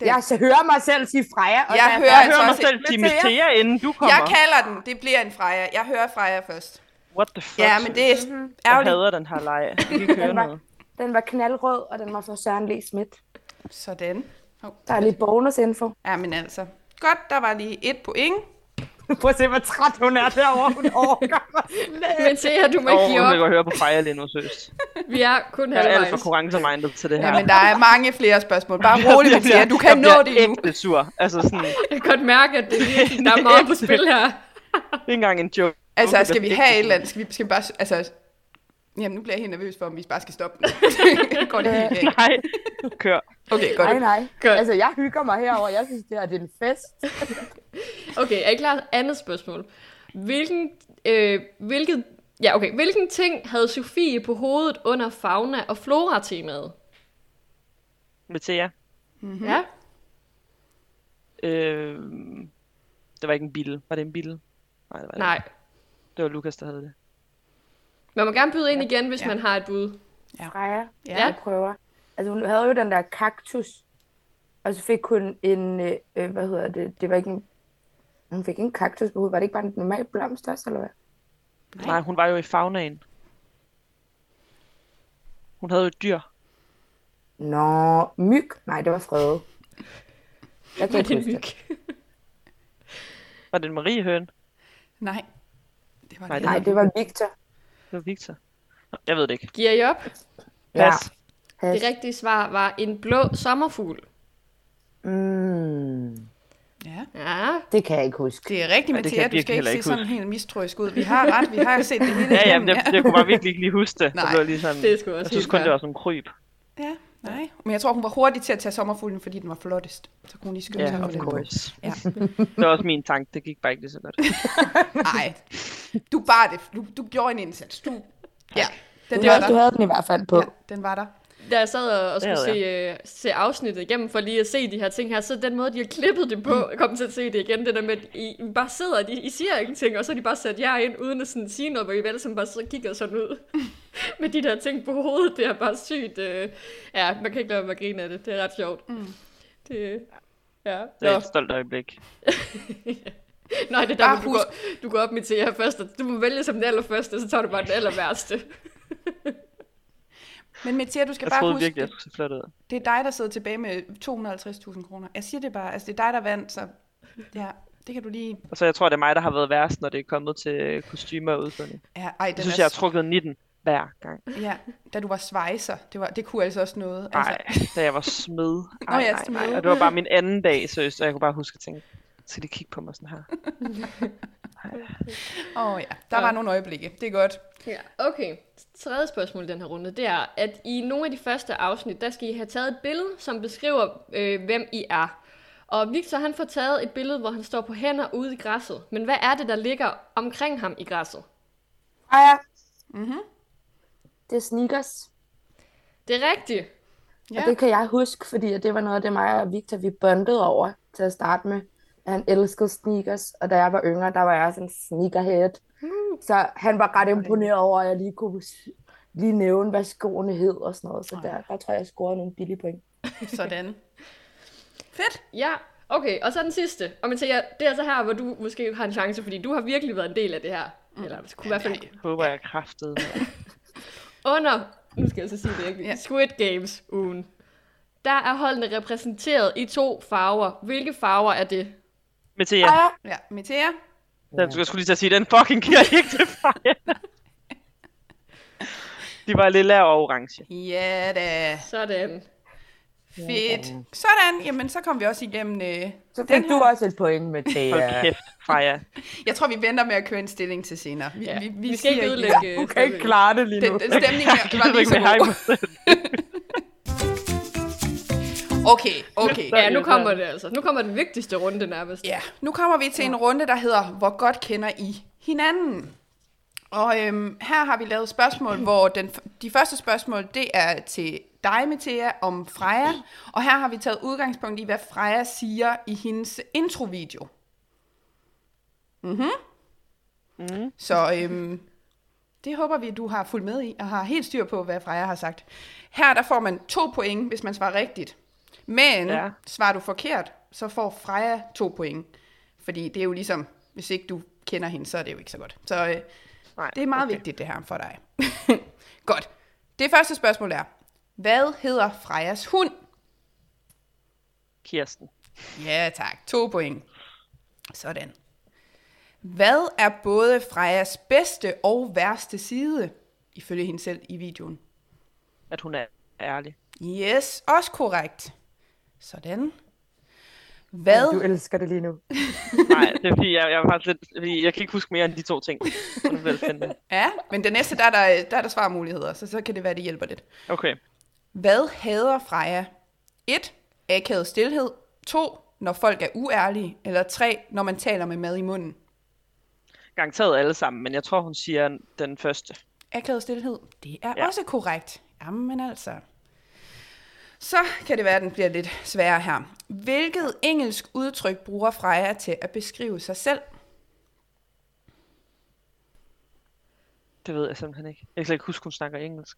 Den- Jeg så hører mig selv sige Freja. Og Jeg da hører Jeg altså hører mig også- selv sige Mathia, inden du kommer. Jeg kalder den. Det bliver en Freja. Jeg hører Freja først. Mhm. What the fuck? Ja, men det er Jeg ærgerligt. hader den her leg. Jeg kan ikke høre Den var, noget. den var knaldrød, og den var fra Søren Lee Schmidt. Sådan. Der er lidt bonusinfo. Ja, men altså. Godt, der var lige et point. Prøv at se, hvor træt hun er derovre. Hun overgår mig Men se her, du må Åh, ikke oh, give jeg kan op. godt høre på Freja lige nu, søst. Vi er kun Jeg er alt for halvvejs. konkurrencemindet til det her. Ja, men der er mange flere spørgsmål. Bare rolig, Mathia. Du kan nå det Jeg nu. bliver ægte sur. Altså sådan, Jeg kan godt mærke, at det, virkelig- der er meget på spil her. det er ikke engang en joke. Altså, Jeg skal vi bliver have et ægte eller andet? Skal vi, skal vi bare... Altså, jamen, nu bliver jeg helt nervøs for, om vi bare skal stoppe nu. Går det helt sur. galt? Nej, kør. Okay, godt. Nej, nej. Godt. Altså, jeg hygger mig herover. Jeg synes, det her det er en fest. Okay, er I klar? Andet spørgsmål. Hvilken, øh, hvilket, ja, okay. Hvilken ting havde Sofie på hovedet under fauna og flora temaet? Mathia. Mm-hmm. Ja, Øh, det var ikke en bil. Var det en bil? Nej, det var det. nej. ikke. Det var Lukas, der havde det. Man må gerne byde ind igen, hvis Ja. ja. man har et bud. Freja, Ja. jeg prøver. Altså, hun havde jo den der kaktus. Og så fik hun en, øh, øh, hvad hedder det, det var ikke en, hun fik ikke en kaktus på hovedet. Var det ikke bare en normal blomst også, eller hvad? Nej. Nej, hun var jo i faunaen. Hun havde jo et dyr. Nå, myg. Nej, det var frede. Jeg kan Det ikke er huske det. myg. Var det en Marie Høn? Nej. Det var Nej, det. Nej, det var Victor. Det var Victor. Nå, Jeg ved det ikke. Giver I op? Ja. Pas. Det rigtige svar var en blå sommerfugl. Mm, Ja. Ja, det kan jeg ikke huske. Det er rigtigt, Ja, det kan Mathia. jeg Du skal virkelig ikke heller se ikke sådan helt mistroisk ud. Vi har ret. Vi har jo set det hele. Ja, ja, igennem, men jeg, jeg kunne bare virkelig ikke lige huske det. Nej, det var lige sådan, det er sgu også jeg synes helt kun, fair. det var sådan en kryb. Ja, nej. Men jeg tror, hun var hurtig til at tage sommerfuglen, fordi den var flottest. Så kunne hun lige skynde Ja, sig of course. Ja. Det var også min tanke. Det gik bare ikke lige så godt. Nej, du bar det. Du, du gjorde en indsats. Du, ja, den Du, var havde, du der. havde den i hvert fald på. Ja, den var der. da jeg sad og, og skulle havde se, øh, se afsnittet igennem for lige at se de her ting her, så den måde, de har klippet det på, Mm. jeg kom til at se det igen, det der med, at I I bare sidder, og de, I siger ingenting, og så har de bare sat jer ind, uden at sådan sige noget, hvor I vel som bare sidder og kigger sådan ud med de der ting på hovedet, det er bare sygt. Øh, ja, man kan ikke lade være med at grine af det, det er ret sjovt. Mm. Det, ja. Det Nå. er et stolt øjeblik. Nej, det er der, Bare Ah, hvor du går, du går op med til jer først, og du må vælge som den allerførste, og så tager du bare den aller værste. Men Mathia, du skal Jeg bare troede huske, virkelig, jeg det- skulle se flot ud. det er dig, der sidder tilbage med 250.000 kroner. Jeg siger det bare, altså det er dig, der vandt, så ja, det kan du lige... Og så jeg tror, det er mig, der har været værst, når det er kommet til kostymer og udførelse. Ja, ej, den Jeg synes, er... jeg har trukket 19 hver gang. Ja, da du var svejser, det, var, det kunne altså også noget. Nej, Altså, da jeg var smed. Nå, Ej, ja, nej, smed. nej. Og det var bare min anden dag, seriøst. Og jeg kunne bare huske at tænke, skal de kigge på mig sådan her? åh ja, der var nogle øjeblikke. Det er godt. Ja, okay. Tredje spørgsmål i den her runde, det er, at i nogle af de første afsnit, der skal I have taget et billede, som beskriver, øh, hvem I er. Og Victor, han får taget et billede, hvor han står på hænder ude i græsset. Men hvad er det, der ligger omkring ham i græsset? Freja. Mm-hmm. Det er sneakers. Det er rigtigt. Ja. Ja. Og det kan jeg huske, fordi det var noget af det, mig og Victor, vi bondede over. til at starte med. Han elskede sneakers, og da jeg var yngre, der var jeg sådan en sneakerhead. Så han var ret imponeret over, at jeg lige kunne s- lige nævne, hvad skoene hed og sådan noget. Så der, der tror jeg, jeg scorede nogle billige point. Sådan. Fedt. Ja, okay. Og så den sidste. Og men Thea, det er så her, hvor du måske har en chance, fordi du har virkelig været en del af det her. Eller du kunne i hvert fald Håber jeg kraftede. under, nu skal jeg så sige det ikke, Ja. Squid Games ugen. Der er holdene repræsenteret i to farver. Hvilke farver er det? Mathia, Ja. Ah, Ja, Metea. den, jeg skulle lige til at sige, den fucking giver ikke til fejl. De var lilla og orange. Ja da. Sådan. Fedt. Sådan, jamen så kom vi også igennem. Øh. så Den fik du også et point med det. Hold kæft, Freja. Jeg tror, vi venter med at køre en stilling til senere. Vi, Ja. vi, vi, Vi, skal ikke siger ødelægge... Du kan ikke klare det lige Den, nu. den stemning her Jeg var gider lige ikke så med hej god. mig selv. Okay, okay. Ja, nu kommer det altså. Nu kommer den vigtigste runde nærmest. Ja, nu kommer vi til en runde, der hedder, hvor godt kender I hinanden? Og øhm, her har vi lavet spørgsmål, hvor den, de første spørgsmål, det er til dig, Metea, om Freja. Og her har vi taget udgangspunkt i, hvad Freja siger i hendes introvideo. Mhm. Mm. Så øhm, det håber vi, du har fulgt med i, og har helt styr på, hvad Freja har sagt. Her der får man to point, hvis man svarer rigtigt. Men ja. Ja. svarer du forkert, så får Freja to point. Fordi det er jo ligesom, hvis ikke du kender hende, så er det jo ikke så godt. Så øh, Nej, det er meget okay. vigtigt, det her for dig. godt. Det første spørgsmål er, hvad hedder Frejas hund? Kirsten. Ja tak, to point. Sådan. Hvad er både Frejas bedste og værste side, ifølge hende selv i videoen? At hun er ærlig. Yes, også korrekt. Sådan. Hvad? Du elsker det lige nu. Nej, det er fordi, jeg, jeg, var faktisk lidt, fordi jeg kan ikke huske mere end de to ting. Og nu bliver det spændende. Ja, men det næste, der er der, der, er der svarmuligheder, så så kan det være, det hjælper lidt. Okay. Hvad hader Freja? 1. Akavet stillhed. 2. Når folk er uærlige. Eller 3. Når man taler med mad i munden. Garanteret alle sammen, men jeg tror, hun siger den første. Akavet stillhed. Det er ja. Ja. også korrekt. Jamen altså. Så kan det være, at den bliver lidt sværere her. Hvilket engelsk udtryk bruger Freja til at beskrive sig selv? Det ved jeg simpelthen ikke. Jeg kan slet ikke huske, hun snakker engelsk.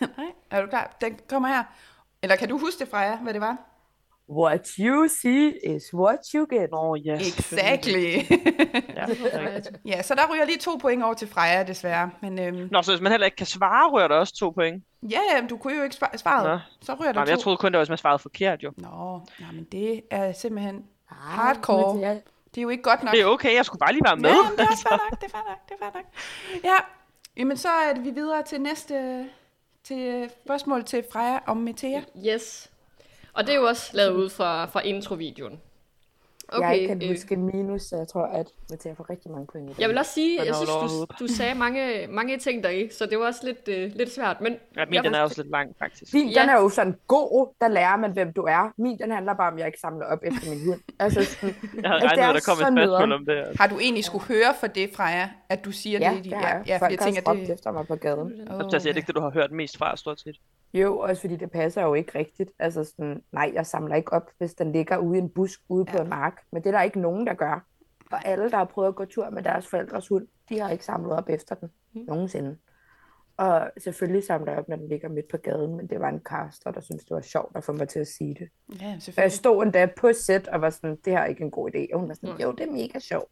Nej. Er du klar? Den kommer her. Eller kan du huske det, Freja, hvad det var? What you see is what you get. Nå, ja. selvfølgelig. Exactly. Ja, det er rigtigt. ja, så der ryger lige to point over til Freja, desværre. Men øhm, Nå, så hvis man heller ikke kan svare, rører der også to point. ja, ja, du kunne jo ikke svare svaret. Nå. Så ryger der Nej, men to. jeg troede kun, det var, hvis man svarede forkert, jo. Nå, nej, men det er simpelthen Ej, hardcore. men jeg- Det er jo ikke godt nok. Det er okay, jeg skulle bare lige være med. Ja, men det er også fair nok, det er fair nok, det er fair nok. Ja, jamen så er det, vi videre til næste til øh, spørgsmål til Freja om Metea. Yes. Og det er jo også lavet ud fra, fra introvideoen. Okay, jeg kan øh, huske minus, så jeg tror, at Mathia får rigtig mange point i dag. Jeg vil også sige, Den jeg holder synes, du, overhovedet. du sagde mange, mange ting deri, så det var også lidt, øh, lidt svært. Men Ja, min, jeg den er forstår- også lidt lang, faktisk. Din, Ja. den er jo sådan god, der lærer man, hvem du er. Min, den handler bare om, at jeg ikke samler op efter min hund. Altså, sådan, Jeg havde Altså, regnet det med, er at der kom et så spørgsmål nederen. om det her. Har du egentlig skulle høre for det, Freja, at du siger ja, det? i din- det har jeg. ja, for jeg Folk tænker, har råbt det... efter mig på gaden. Åh, Oh, det er det ikke det, du har hørt mest fra, stort set. Jo, også fordi det passer jo ikke rigtigt. Altså sådan, nej, jeg samler ikke op, hvis den ligger ude i en busk ude på en mark. Men det er der ikke nogen, der gør. Og alle, der har prøvet at gå tur med deres forældres hund, de har ikke samlet op efter den. Mm. Nogensinde. Og selvfølgelig samler jeg op, når den ligger midt på gaden, men det var en kaster, der syntes, det var sjovt at få mig til at sige det. ja, For jeg selvfølgelig. stod endda på set og var sådan, det her er ikke en god idé. Og hun var sådan, Mm. jo, det er mega sjovt.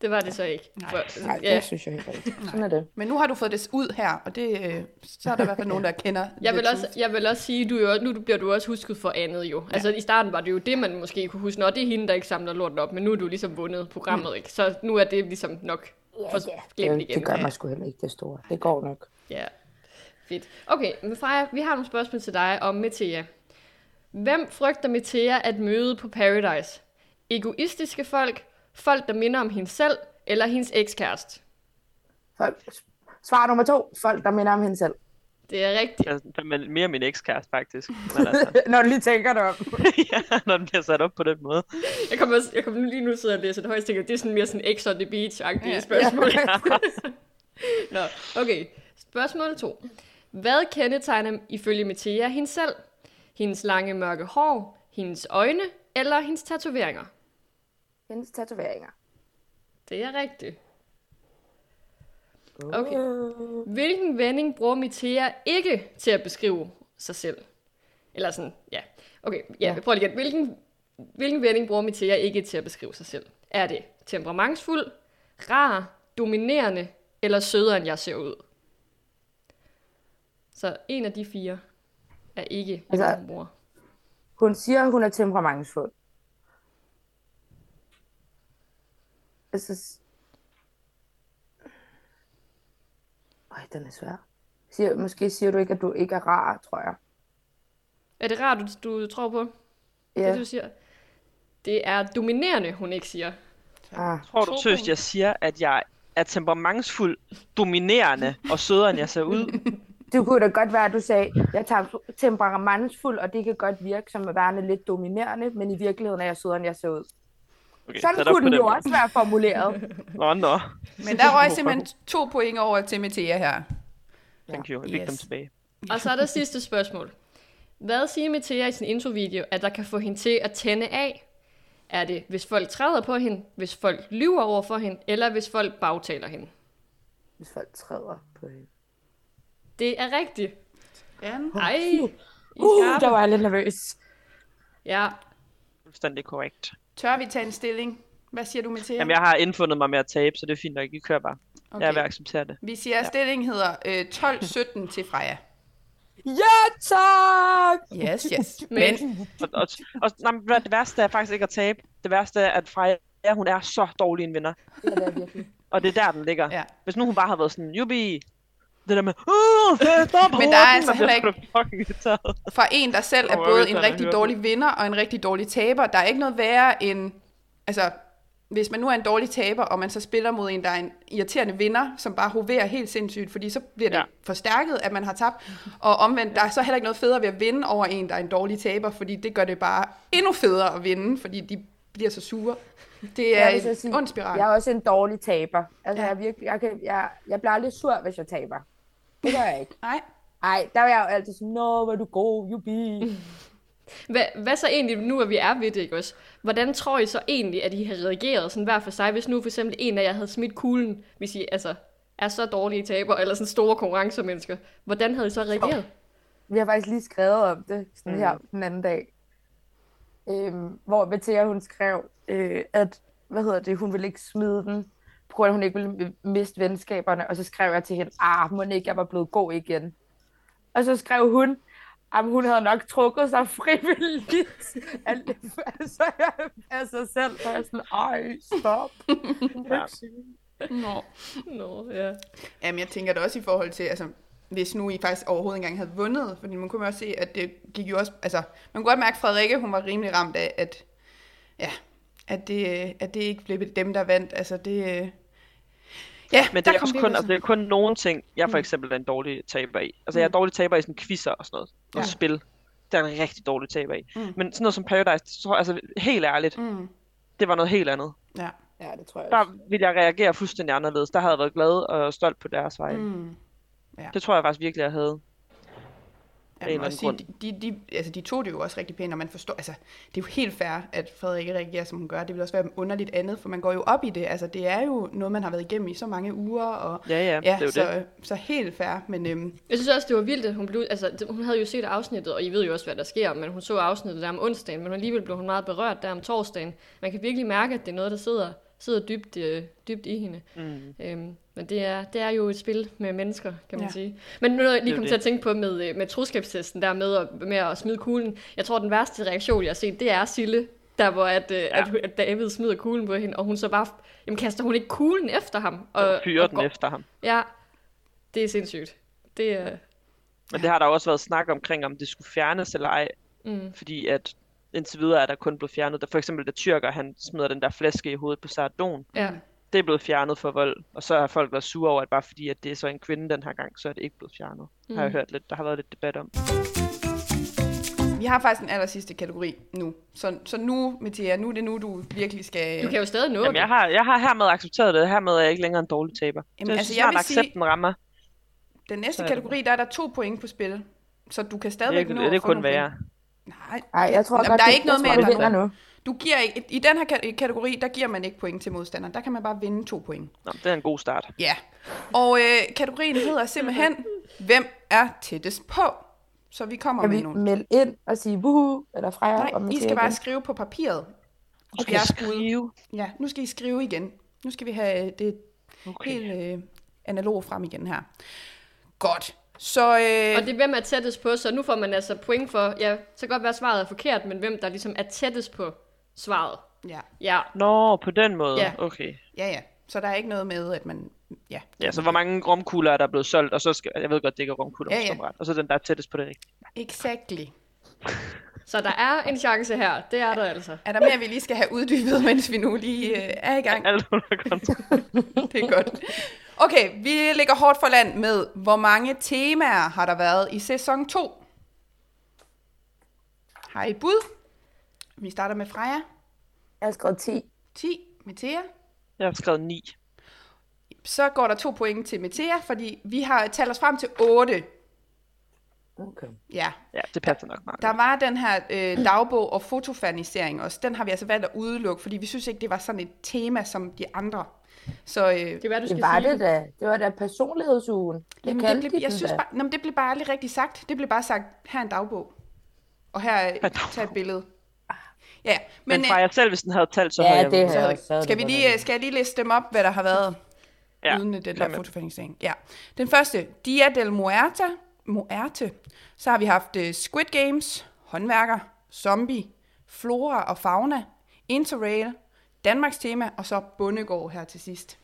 det var det så ikke. Nej. For, Nej, Mm. ja. det synes jeg ikke rigtigt. Sådan er det. Men nu har du fået det ud her, og det, øh, så er der i hvert fald nogen, der kender Jeg the vil, også, truth. jeg vil også sige, du er jo, nu bliver du også husket for andet jo. Altså i starten var det jo det, man måske kunne huske, når det er hende, der ikke samler lorten op, men nu er du ligesom vundet Mm. programmet, ikke? Så nu er det ligesom nok for glemt Det, igen. det gør Ja. mig sgu heller ikke det store. Det går nok. Ja, fedt. Okay, men Freja, vi har nogle spørgsmål til dig om Metea. Hvem frygter Metea at møde på Paradise? Egoistiske folk, folk, der minder om hende selv, eller hendes ekskæreste? Folk. Svar nummer to. Folk, der minder om hende selv. Det er rigtigt. Altså, den er mere min ekskæreste, faktisk. Men altså, Når du lige tænker dig om. ja, når den bliver sat op på den måde. Jeg kommer, også, jeg kommer lige nu sidder og læser det højst, tænker, det er sådan mere sådan X on the beach-agtige ja. spørgsmål. Ja. Nå, okay. Spørgsmål 2. Hvad kendetegner ifølge Metea hende selv? Hendes lange mørke hår, hendes øjne, eller hendes tatoveringer? Hendes tatoveringer. Det er rigtigt. Okay. Hvilken vending bruger Mitea ikke til at beskrive sig selv? Eller sådan, ja. Okay, ja, ja. prøv lige igen. Hvilken, hvilken vending bruger Mitea ikke til at beskrive sig selv? Er det temperamentsfuld, rar, dominerende eller sødere, end jeg ser ud? Så en af de fire er ikke altså, Altså- en mor. Hun siger, at hun er temperamentsfuld. Altså... s- Ej, den er svær. Siger, måske siger du ikke, at du ikke er rar, tror jeg. Er det rart, du, du tror på? Ja. Det, du siger? Det er dominerende, hun ikke siger. Ah, Tror To du tøst, point. jeg siger, at jeg er temperamentsfuld, dominerende og sødere, end jeg ser ud? det kunne da godt være, at du sagde, at jeg tager temperamentsfuld, og det kan godt virke som at være lidt dominerende, men i virkeligheden er jeg sødere, end jeg ser ud. Okay, så er Sådan der på kunne den den jo måde. også være formuleret. Nå, nå. Men der røg simpelthen to point over til Metea her. Thank you. Jeg fik Yes. dem tilbage. Og så er der sidste spørgsmål. Hvad siger Metea i sin introvideo, at der kan få hende til at tænde af? Er det, hvis folk træder på hende, hvis folk lyver over for hende, eller hvis folk bagtaler hende? Hvis folk træder på hende. Det er rigtigt. Ja. Ej, I Uh, skarpe. der var jeg lidt nervøs. Ja, Fuldstændig korrekt. Tør vi tage en stilling? Hvad siger du, Metea? Jamen, jeg har indfundet mig med at tabe, så det er fint nok. I kører bare. Okay. Jeg er ved at acceptere det. Vi siger, at stilling hedder øh, 12-17 til Freja. Ja, tak! Yes, yes. Men- Men Og, og, og nej, men ved du hvad, det værste er faktisk ikke at tabe. Det værste er, at Freja, hun er så dårlig en vinder. Ja, det er virkelig. Og det er der, den ligger. Ja. Hvis nu hun bare havde været sådan, jubi, det der med, åh, stop Men der er altså heller ikke- fucking irriteret. fra en, der selv er Åh, både jeg en har rigtig hørt dårlig vinder og en rigtig dårlig taber. Der er ikke noget værre end... Altså, hvis man nu er en dårlig taber, og man så spiller mod en, der er en irriterende vinder, som bare hoverer helt sindssygt, fordi så bliver det ja. Ja. forstærket, at man har tabt. Og omvendt, der er så heller ikke noget federe ved at vinde over en, der er en dårlig taber, fordi det gør det bare endnu federe at vinde, fordi de bliver så sure. Det er Jeg vil så en sige, ond spiral. Jeg er også en dårlig taber. Altså, Ja. ja. jeg, er virkelig, jeg, kan, jeg, jeg bliver aldrig sur, hvis jeg taber. Det gør jeg ikke. Nej. Ej, der er jeg jo altid sådan, nå, hvor er du god, jubi. hvad, hvad så egentlig nu, at vi er ved det, ikke også? Hvordan tror I så egentlig, at I har reageret sådan hver for sig, hvis nu for eksempel en af jer havde smidt kuglen, hvis I altså er så dårlige taber, eller sådan store konkurrencemennesker. Hvordan havde I så reageret? Vi har faktisk lige skrevet om det, sådan mm. her den anden dag. Øhm, hvor Mathia, hun skrev, øh, at, hvad hedder det, hun ville ikke smide den, på grund af, at hun ikke ville m- miste venskaberne. Og så skrev jeg til hende, ah, må ikke, jeg var blevet god igen. Og så skrev hun, at hun havde nok trukket sig frivilligt al- altså, af sig selv. Så jeg sådan, ej, stop. Ja. Nå. Nå, ja. Jamen, jeg tænker det også i forhold til, altså, hvis nu I faktisk overhovedet ikke engang havde vundet, fordi man kunne jo også se, at det gik jo også, altså, man kunne godt mærke, at Frederikke, hun var rimelig ramt af, at, ja, at det, at det ikke blev dem, der vandt, altså, det, øh, ja, Men der det er, kom også vi kun, med altså, det er kun nogle ting, jeg for Mm. eksempel er en dårlig taber i. Altså, jeg er dårlig taber i sådan quizzer og sådan noget. Og Ja. spil. Det er en rigtig dårlig taber i. Mm. Men sådan noget som Paradise, det tror jeg, altså helt ærligt, sådan. Mm, det var noget helt andet. ja. Ja, det tror jeg også. Der ville jeg reagere fuldstændig anderledes. Der havde jeg været glad og stolt på deres vej. Mm. Mm. Det tror jeg faktisk virkelig, jeg havde. Ja, en men eller også sige, anden de, de, de, altså, de tog det jo også rigtig pænt, og man forstår, altså, det er jo helt fair, at Frederikke reagerer, som hun gør. Det vil også være underligt andet, for man går jo op i det. Altså, det er jo noget, man har været igennem i så mange uger, og Ja, ja, det er jo så, det. så helt fair, men øhm, Jeg synes også, det var vildt, at hun blev... Altså, det- hun havde jo set afsnittet, og I ved jo også, hvad der sker, men hun så afsnittet der om onsdagen, men alligevel blev hun meget berørt der om torsdagen. Man kan virkelig mærke, at det er noget, der sidder, sidder dybt, øh, dybt i hende. Mm. Øhm, men det er, det er jo et spil med mennesker, kan man Ja. ja. sige. Men nu er jeg Det er lige jo kommet det. til at tænke på med, øh, med troskabstesten der med at, med at smide kuglen. Jeg tror, den værste reaktion, jeg har set, det er Sille, der hvor at, ja. at, at David smider kuglen på hende, og hun så bare... Jamen, kaster hun ikke kuglen efter ham? Og fyre den går- efter ham. Ja, det er sindssygt. Det er... Men det har der jo også været snak omkring, om det skulle fjernes eller ej. Mm. Fordi at indtil videre er der kun blevet fjernet. Der, for eksempel, da tyrker, han smider den der flaske i hovedet på Sardon. Ja. Det er blevet fjernet for vold. Og så har folk været sure over, at bare fordi at det er så en kvinde den her gang, så er det ikke blevet fjernet. Mm. Har jeg hørt lidt. Der har været lidt debat om. Vi har faktisk den aller sidste kategori nu. Så, så nu, Mathia, nu er det nu, du virkelig skal... Du kan jo stadig nå Jamen, jeg det. har, jeg har hermed accepteret det. Hermed er jeg ikke længere en dårlig taber. Jamen, Jamen, så altså, altså, jeg snart vil sige- accepten rammer, Den Så næste er det kategori, der er der to point på spil. Så du kan det, stadigvæk er- nå det, er at få kun nogle værre. point. Nej. Ej, jeg tror Jamen, godt, der er det- ikke noget jeg med, tror, at vi der- vinder nu. Du giver ikke, I den her ka- kategori, der giver man ikke point til modstanderen. Der kan man bare vinde to point. Nå, det er en god start. Ja. Og øh, kategorien hedder simpelthen, hvem er tættest på? Så vi kommer Kan med vi nogle. melde ind og sige woohoo, eller Freja? og Nej, I Mathia skal bare igen? skrive på papiret. Du Jeg skal jeg er skud. skrive. Ja, nu skal I skrive igen. Nu skal vi have øh, det Okay. helt øh, analog frem igen her. Godt. Så øh, Og det er, hvem er tættest på, så nu får man altså point for, ja, så kan godt være, at svaret er forkert, men hvem der ligesom er tættest på svaret. ja, Ja, Nå, på den måde. Ja. Okay. ja, ja. Så der er ikke noget med, at man... Ja, Ja, så hvor mange romkugler er der blevet solgt, og så skal, jeg ved godt, det ikke er romkugler, Ja, ja, ja. ja. ret, og så den, der er tættest på det rigtige. exactly. så der er en chance her. Det er der altså. Er der mere, vi lige skal have uddybet, mens vi nu lige øh, er i gang? Alt under kontrol. Det er godt. Okay, vi ligger hårdt for land med, hvor mange temaer har der været i sæson 2? Har I et bud? Vi starter med Freja, Jeg har skrevet 10. 10, Metea. Jeg har skrevet 9. Så går der to point til Metea, fordi vi har talt os frem til 8. Okay. Ja, Ja, det passer nok meget. der var den her øh, dagbog og fotofanisering også. Den har vi altså valgt at udelukke, fordi vi synes ikke, det var sådan et tema som de andre. Så øh, Det er, hvad du skal Det var sige. det da. Det var da personlighedsugen. Jeg Jamen, det kaldte blev, de jeg den synes da. bare, jamen, det blev bare aldrig rigtig sagt. Det blev bare sagt, her er en dagbog. Og her er dagbog. tag et billede. Ja, Men, men, men Freja selv, hvis den havde talt, så Ja, havde jeg det vundet. havde øh, jeg også. så havde skal, det vi vundet. lige, skal jeg lige liste dem op, hvad der har været ja, uden øh, den kan der man. fotofinansiering? Ja. Den første, Dia del Muerta. Muerte. Så har vi haft øh, Squid Games, håndværker, zombie, flora og fauna, interrail, Danmarks tema, og så bondegård her til sidst.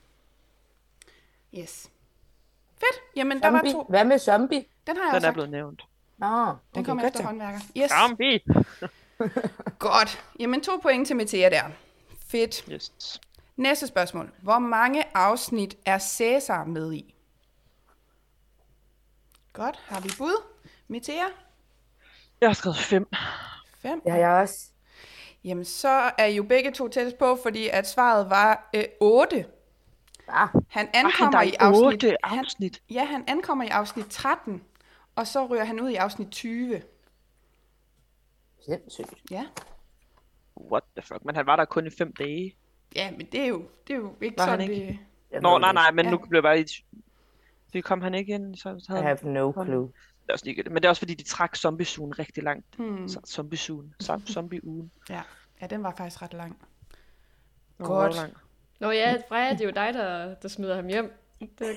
Yes. Fedt. Jamen, der var Zombie. to. Hvad med zombie? Den har jeg jo Den er sagt. blevet nævnt. Nå, Den okay, kommer godt efter så. håndværker. Yes, Zombie! godt. Jamen to point til Metea der. Fedt. Yes. Næste spørgsmål. Hvor mange afsnit er Cæsar med i? Godt, har vi bud? Metea? Jeg har skrevet 5. 5. Det har jeg også. Jamen, så er I jo begge to tættest på, fordi at svaret var øh, 8. Ah, Han Ah, han ankommer der i i afsnit... 8 Han, afsnit. ja, han ankommer i afsnit 13, og så ryger han ud i afsnit 20. sindssygt. Ja, What the fuck? Men han var der kun i 5 dage. ja men det er jo, det er jo ikke Var han sådan... ikke? det- Jeg Nå, ved nej, det nej, men Ja. nu blev jeg bare i... t- Det kom han ikke ind, så ikke. havde I han... have no clue. Det er også ligegyldigt. Men det er også fordi, de trak zombie rigtig langt. Hmm. Zombie-sugen. Hmm. Zombie-ugen. Ja, ja, den var faktisk ret lang. Den var Godt. meget lang. Nå ja, Freja, det er jo dig, der, der smider ham hjem. Det,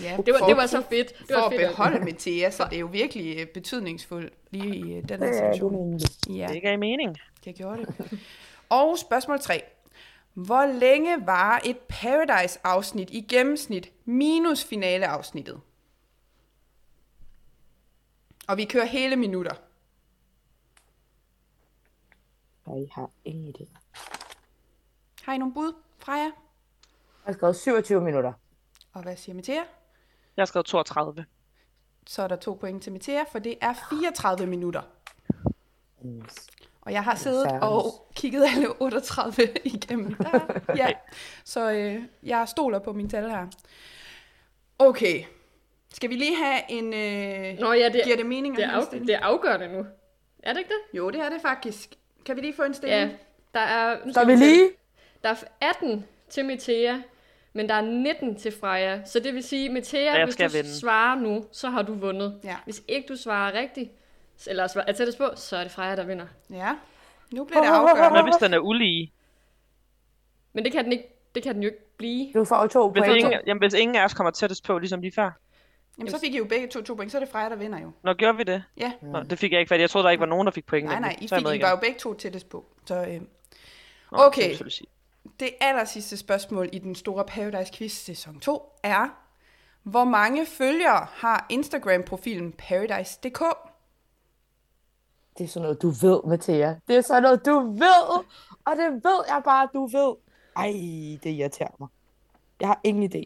Ja, det, var, det var så fedt. Det for var at fedt. beholde Metea, så det er jo virkelig øh, betydningsfuldt lige i øh, den her Ja, det er situation. nemlig. Ja, Det gav mening. det gjorde det. Og spørgsmål 3. Hvor længe var et Paradise-afsnit i gennemsnit minus finaleafsnittet? Og vi kører hele minutter. Og I har ingen idé. Har I nogle bud, Freja? Jeg har skrevet 27 minutter. Og hvad siger Metea? Jeg har skrevet 32. Så er der to point til Metea, for det er 34 minutter. Og jeg har siddet Sørens. og kigget alle 38 igennem. Der. Ja. Så øh, jeg stoler på min tal her. Okay. Skal vi lige have en... Øh, Nå ja, det, giver det mening? at det, er have en af, stilling? det er afgørende nu. Er det ikke det? Jo, det er det faktisk. Kan vi lige få en stilling? Ja, der er... nu Så skal vi jeg lige... Der er 18 til Metea, men der er 19 til Freja. Så det vil sige, Metea, Jeg hvis du skal vinde. svarer nu, så har du vundet. Ja. Hvis ikke du svarer rigtigt, eller svar- er tættest på, så er det Freja, der vinder. ja. Nu bliver det Hov, hov, hov, Hvad afgørende. hvis den er ulige? Men det kan den, ikke, det kan den jo ikke blive. Du får to Hvis point. ingen, jamen, hvis ingen af os kommer tættest på, ligesom lige før. Jamen, så fik I jo begge to to point. Så er det Freja, der vinder jo. Nå, gjorde vi det? Ja. Nå, det fik jeg ikke fat. i. Jeg troede, der ikke var nogen, der fik point. Nej, nej. nemlig. I, Så er jeg fik, med I igen. var jo begge to tættest på. Så øh, Nå, Okay. det må du sige. det aller sidste spørgsmål i den store Paradise Quiz sæson 2 er... Hvor mange følgere har Instagram-profilen Paradise.dk? Det er sådan noget, du ved, Mathia. Det er sådan noget, du ved. Og det ved jeg bare, du ved. Ej, det irriterer mig. Jeg har ingen idé.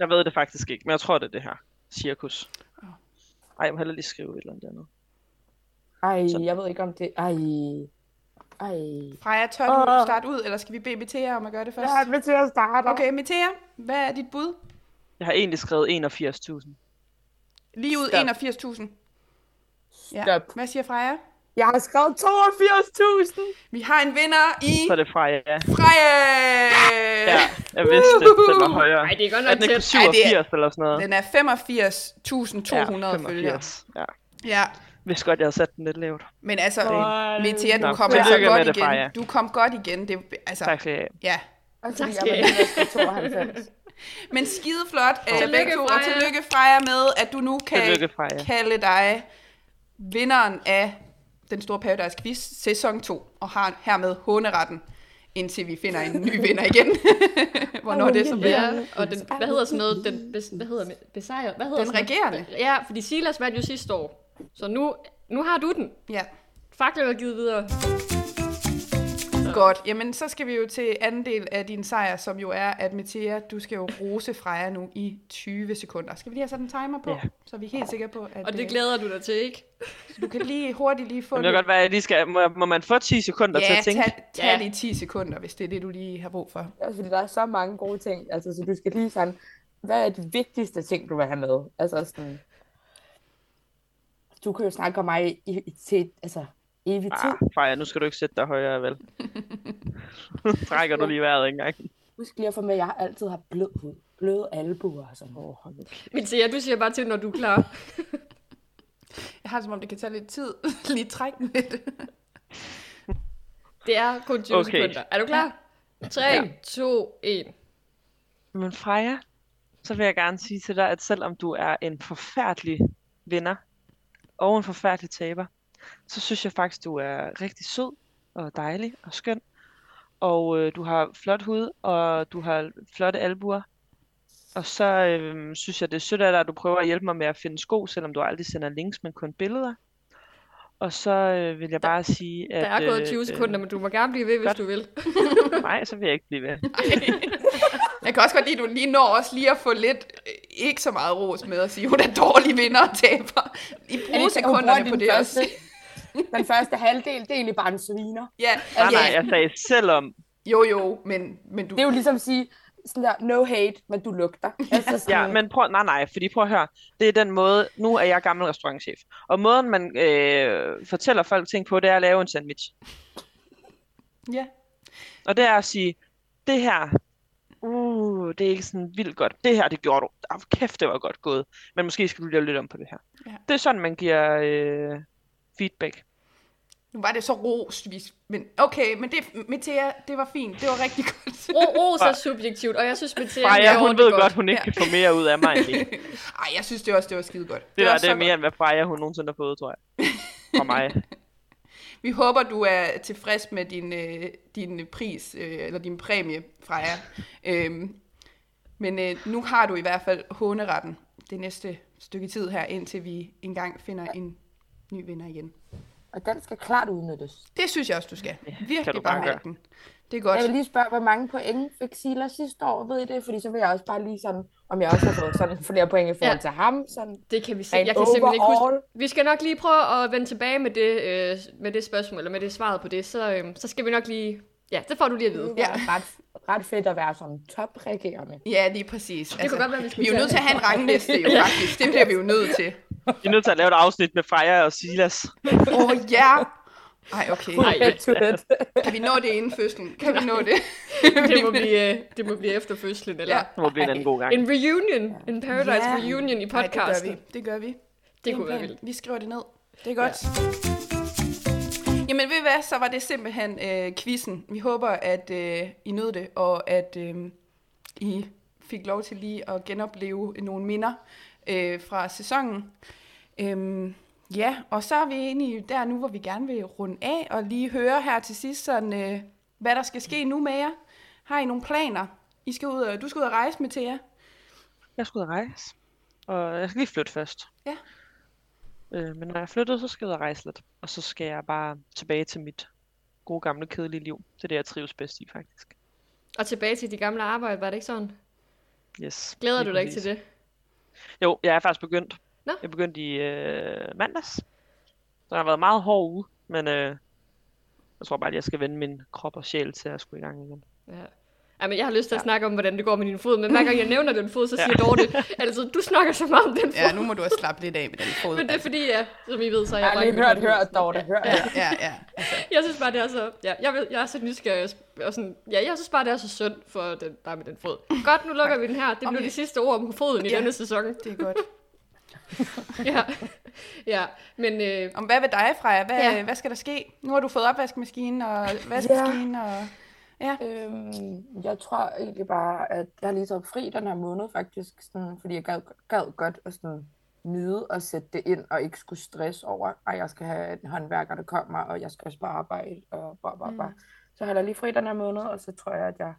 Jeg ved det faktisk ikke, men jeg tror, det er det her. Cirkus. Ej, jeg må hellere lige skrive et eller andet andet. Ej, jeg ved ikke om det... Ej. Ej. Freja, tør du Åh. starte ud, eller skal vi bede Metea om at gøre det Jeg først? har med til at starte. Okay, Metea, hvad er dit bud? Jeg har egentlig skrevet 81.000. Lige ud Stop. 81.000. Stop. Ja. Hvad siger Freja? Jeg har skrevet 82.000. Vi har en vinder i Så er det Freja. Freja! Ja, jeg vidste, det. den var højere. Nej, det er godt Er nok den ikke på tæt. 87 eller sådan noget? Den er 85.200 ja, følgere. 85. Ja. Ja, Hvis godt, jeg havde sat den lidt lavt. men altså, Ej. Metea, du Nå, kom altså tillykke godt med det, igen. Freja. Du kom godt igen. Det, altså, Tak skal I have. Ja. Og så Tak jeg skal I med den næste 92. Men skide flot. Tillykke, Tillykke, begge to, og Freja. tillykke Freja med, at du nu kan Tillykke, Freja. kalde dig vinderen af den store Paradise Quiz sæson 2, og har hermed håneretten, indtil vi finder en ny vinder igen. Hvornår det så bliver. Ja, og den, hvad hedder sådan noget, den, bes, hvad hedder det? besejrer, hvad hedder Den sådan noget? regerende. Ja, fordi Silas vandt jo sidste år, så nu, nu har du den. Ja, Faklen er givet videre. godt. Jamen, så skal vi jo til anden del af din sejr, som jo er, at Metea, du skal jo rose Freja nu i 20 sekunder. Skal vi lige have sådan en timer på, Ja. så vi er helt sikre på, at Og det øh, glæder du dig til, ikke? du kan lige hurtigt lige få Men det kan godt være, at jeg lige skal... Må, må man få 10 sekunder til Ja, at tænke? tag, tag Ja. lige 10 sekunder, hvis det er det, du lige har brug for. Også fordi der er så mange gode ting. Altså, så du skal lige sådan, hvad er de vigtigste ting, du vil have med? Altså sådan, du kan jo snakke om mig i, i, til, altså, evig tid. Ah, Freja, nu skal du ikke sætte dig højere, vel? Trækker du lige vejret engang. Husk lige at få med, at jeg altid har blød hud. Bløde albuer og sådan. Oh, hold op. Men Thea, du siger bare til, når du er klar. Jeg har det, som om det kan tage lidt tid. lige trække den lidt. Det er kun 20 Okay. sekunder. Er du klar? 3, ja. 2, 1. Men Freja, så vil jeg gerne sige til dig, at selvom du er en forfærdelig vinder og en forfærdelig taber, så synes jeg faktisk, du er rigtig sød og dejlig og skøn. Og øh, du har flot hud, og du har flotte albuer. Og så øh, synes jeg, det er sødt af dig, at du prøver at hjælpe mig med at finde sko, selvom du aldrig sender links, men kun billeder. Og så øh, vil jeg bare sige, at... Der er gået øh, 20 øh, sekunder, men du må gerne blive ved, hvis godt. du vil. Nej, så vil jeg ikke blive ved. Jeg kan også godt lide, at du lige når også lige at få lidt, øh, ikke så meget ros med at sige, hun er dårlig vinder og taber. I bruge sekunderne på det også. den første halvdel, det er egentlig bare en sviner. Ja, Nej, nej, ja. jeg sagde selvom. Jo, jo, men, men du... Det er jo ligesom at sige, sådan der, no hate, men du lugter. Altså sådan, Ja, Øh. men prøv, nej, nej, fordi prøv at høre, det er den måde, nu er jeg gammel restaurantchef, og måden, man øh, fortæller folk ting på, det er at lave en sandwich. Ja. Og det er at sige, det her, uh, det er ikke sådan vildt godt, det her, det gjorde du, oh, kæft, det var godt gået, men måske skal du lave lidt om på det her. Ja. Det er sådan, man giver øh, feedback. Nu var det så ros, vi... Men okay, men det, Metea, det var fint. Det var rigtig godt. Ro, ros er subjektivt, og jeg synes, at Thea Freja, gjorde hun det ved godt, hun ikke Ja. kan få mere ud af mig end det. Ej, jeg synes det også, det var skide godt. Det, der, var det så er mere, end hvad Freja, hun nogensinde har fået, tror jeg. Fra mig. Vi håber, du er tilfreds med din, øh, din pris, øh, eller din præmie, Freja. Øhm, men øh, nu har du i hvert fald håneretten det næste stykke tid her, indtil vi engang finder en ny vinder igen. Og den skal klart udnyttes. Det synes jeg også, du skal. Virkelig kan du bare bare have gøre. den. Det er Jeg vil godt. lige spørge, hvor mange point fik Silas sidste år, ved I det? Fordi så vil jeg også bare lige sådan, om jeg også har fået sådan flere point i forhold Ja. til ham. Sådan. Det kan vi se. Rent Jeg kan simpelthen ikke huske. overall. Vi skal nok lige prøve at vende tilbage med det, øh, med det spørgsmål, eller med det svaret på det. Så, øh, så skal vi nok lige... Ja, det får du lige at vide. Det Det var ja. ret, ret fedt at være sådan topregerende. Ja, lige præcis. Det kunne godt være, vi skulle vi er tage jo nødt til at have en rangliste, jo faktisk. Det bliver vi jo nødt til. Vi er nødt til at lave et afsnit med Freja og Silas. Åh, oh, ja! Ej, okay. Nej, Head to head. Kan vi nå det inden fødslen? Kan vi nå det? det, må blive, øh, det må blive efter fødslen, eller... Ja. Ja. Det må blive en anden god gang. En reunion. En Paradise Ja. reunion i Nej, det gør podcasten. vi. Det gør vi. Det kunne en være plan. vildt. Vi skriver det ned. Det er godt. Ja. Jamen ved I hvad, så var det simpelthen øh, quizzen. Vi håber, at øh, I nød det, og at øh, I fik lov til lige at genopleve nogle minder øh, fra sæsonen. Øhm, ja, og så er vi egentlig der nu, hvor vi gerne vil runde af og lige høre her til sidst, sådan, øh, hvad der skal ske nu med jer. Har I nogle planer? I skal ud og, du skal ud og rejse med til jer. Jeg skulle ud og rejse. Og jeg skal lige flytte først. Ja. Øh, men når jeg er flyttet, så skal jeg ud og rejse lidt. Og så skal jeg bare tilbage til mit gode gamle kedelige liv. Det er det, jeg trives bedst i, faktisk. Og tilbage til de gamle arbejde, var det ikke sådan? Yes. Glæder lige du dig ikke til præcis. det? Jo, jeg er faktisk begyndt. Nå. Jeg begyndte i øh, mandags. Så det har været en meget hård uge, men øh, jeg tror bare, at jeg skal vende min krop og sjæl til at skulle i gang igen. Ja. Ej, men jeg har lyst til at ja. snakke om, hvordan det går med din fod, men hver gang jeg nævner den fod, så siger ja. Dorte, altså, du snakker så meget om den fod. Ja, nu må du også slappe lidt af med den fod. Men det er altså. fordi, ja, som I ved, så er Jeg jeg har bare lige ikke hørt, med. hørt, Dorte, hørt. Ja. Ja, ja. Altså, Jeg synes bare, det er så... Ja, jeg, ved, jeg er så nysgerrig. og sp- Og sådan, ja, jeg synes bare, det er så synd for den, der med den fod. Godt, nu lukker vi den her. Det blev Okay. de sidste ord om foden i Ja. denne sæson. det er godt. Ja, ja. men øh, Om hvad ved dig, Freja? Hvad, Ja. ja. hvad skal der ske? Nu har du fået opvaskemaskinen og vaskemaskinen ja. og... Ja. Øhm, jeg tror egentlig bare, at jeg har lige taget fri den her måned faktisk, sådan, fordi jeg gad, gad godt at sådan, nyde at sætte det ind, og ikke skulle stress over, at jeg skal have en håndværker, der kommer, og jeg skal også bare arbejde, og bare, bare, Mm. bare. Så holder jeg lige fri den her måned, og så tror jeg, at jeg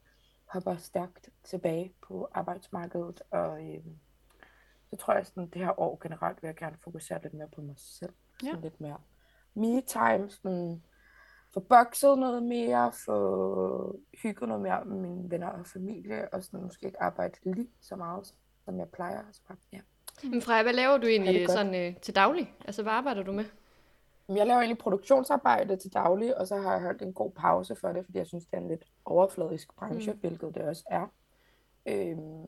hopper stærkt tilbage på arbejdsmarkedet, og øhm, så tror jeg, sådan, det her år generelt vil jeg gerne fokusere lidt mere på mig selv. Ja. Sådan lidt mere me-time, sådan få bokset noget mere, få hygget noget mere med mine venner og familie, og sådan måske ikke arbejde lige så meget, som jeg plejer. Så bare, ja. men Freja, hvad laver du Ja, det egentlig er ja, godt. sådan øh, til daglig? Altså, hvad arbejder du med? Men Jeg laver egentlig produktionsarbejde til daglig, og så har jeg holdt en god pause for det, fordi jeg synes, det er en lidt overfladisk branche, mm. hvilket det også er. Øhm,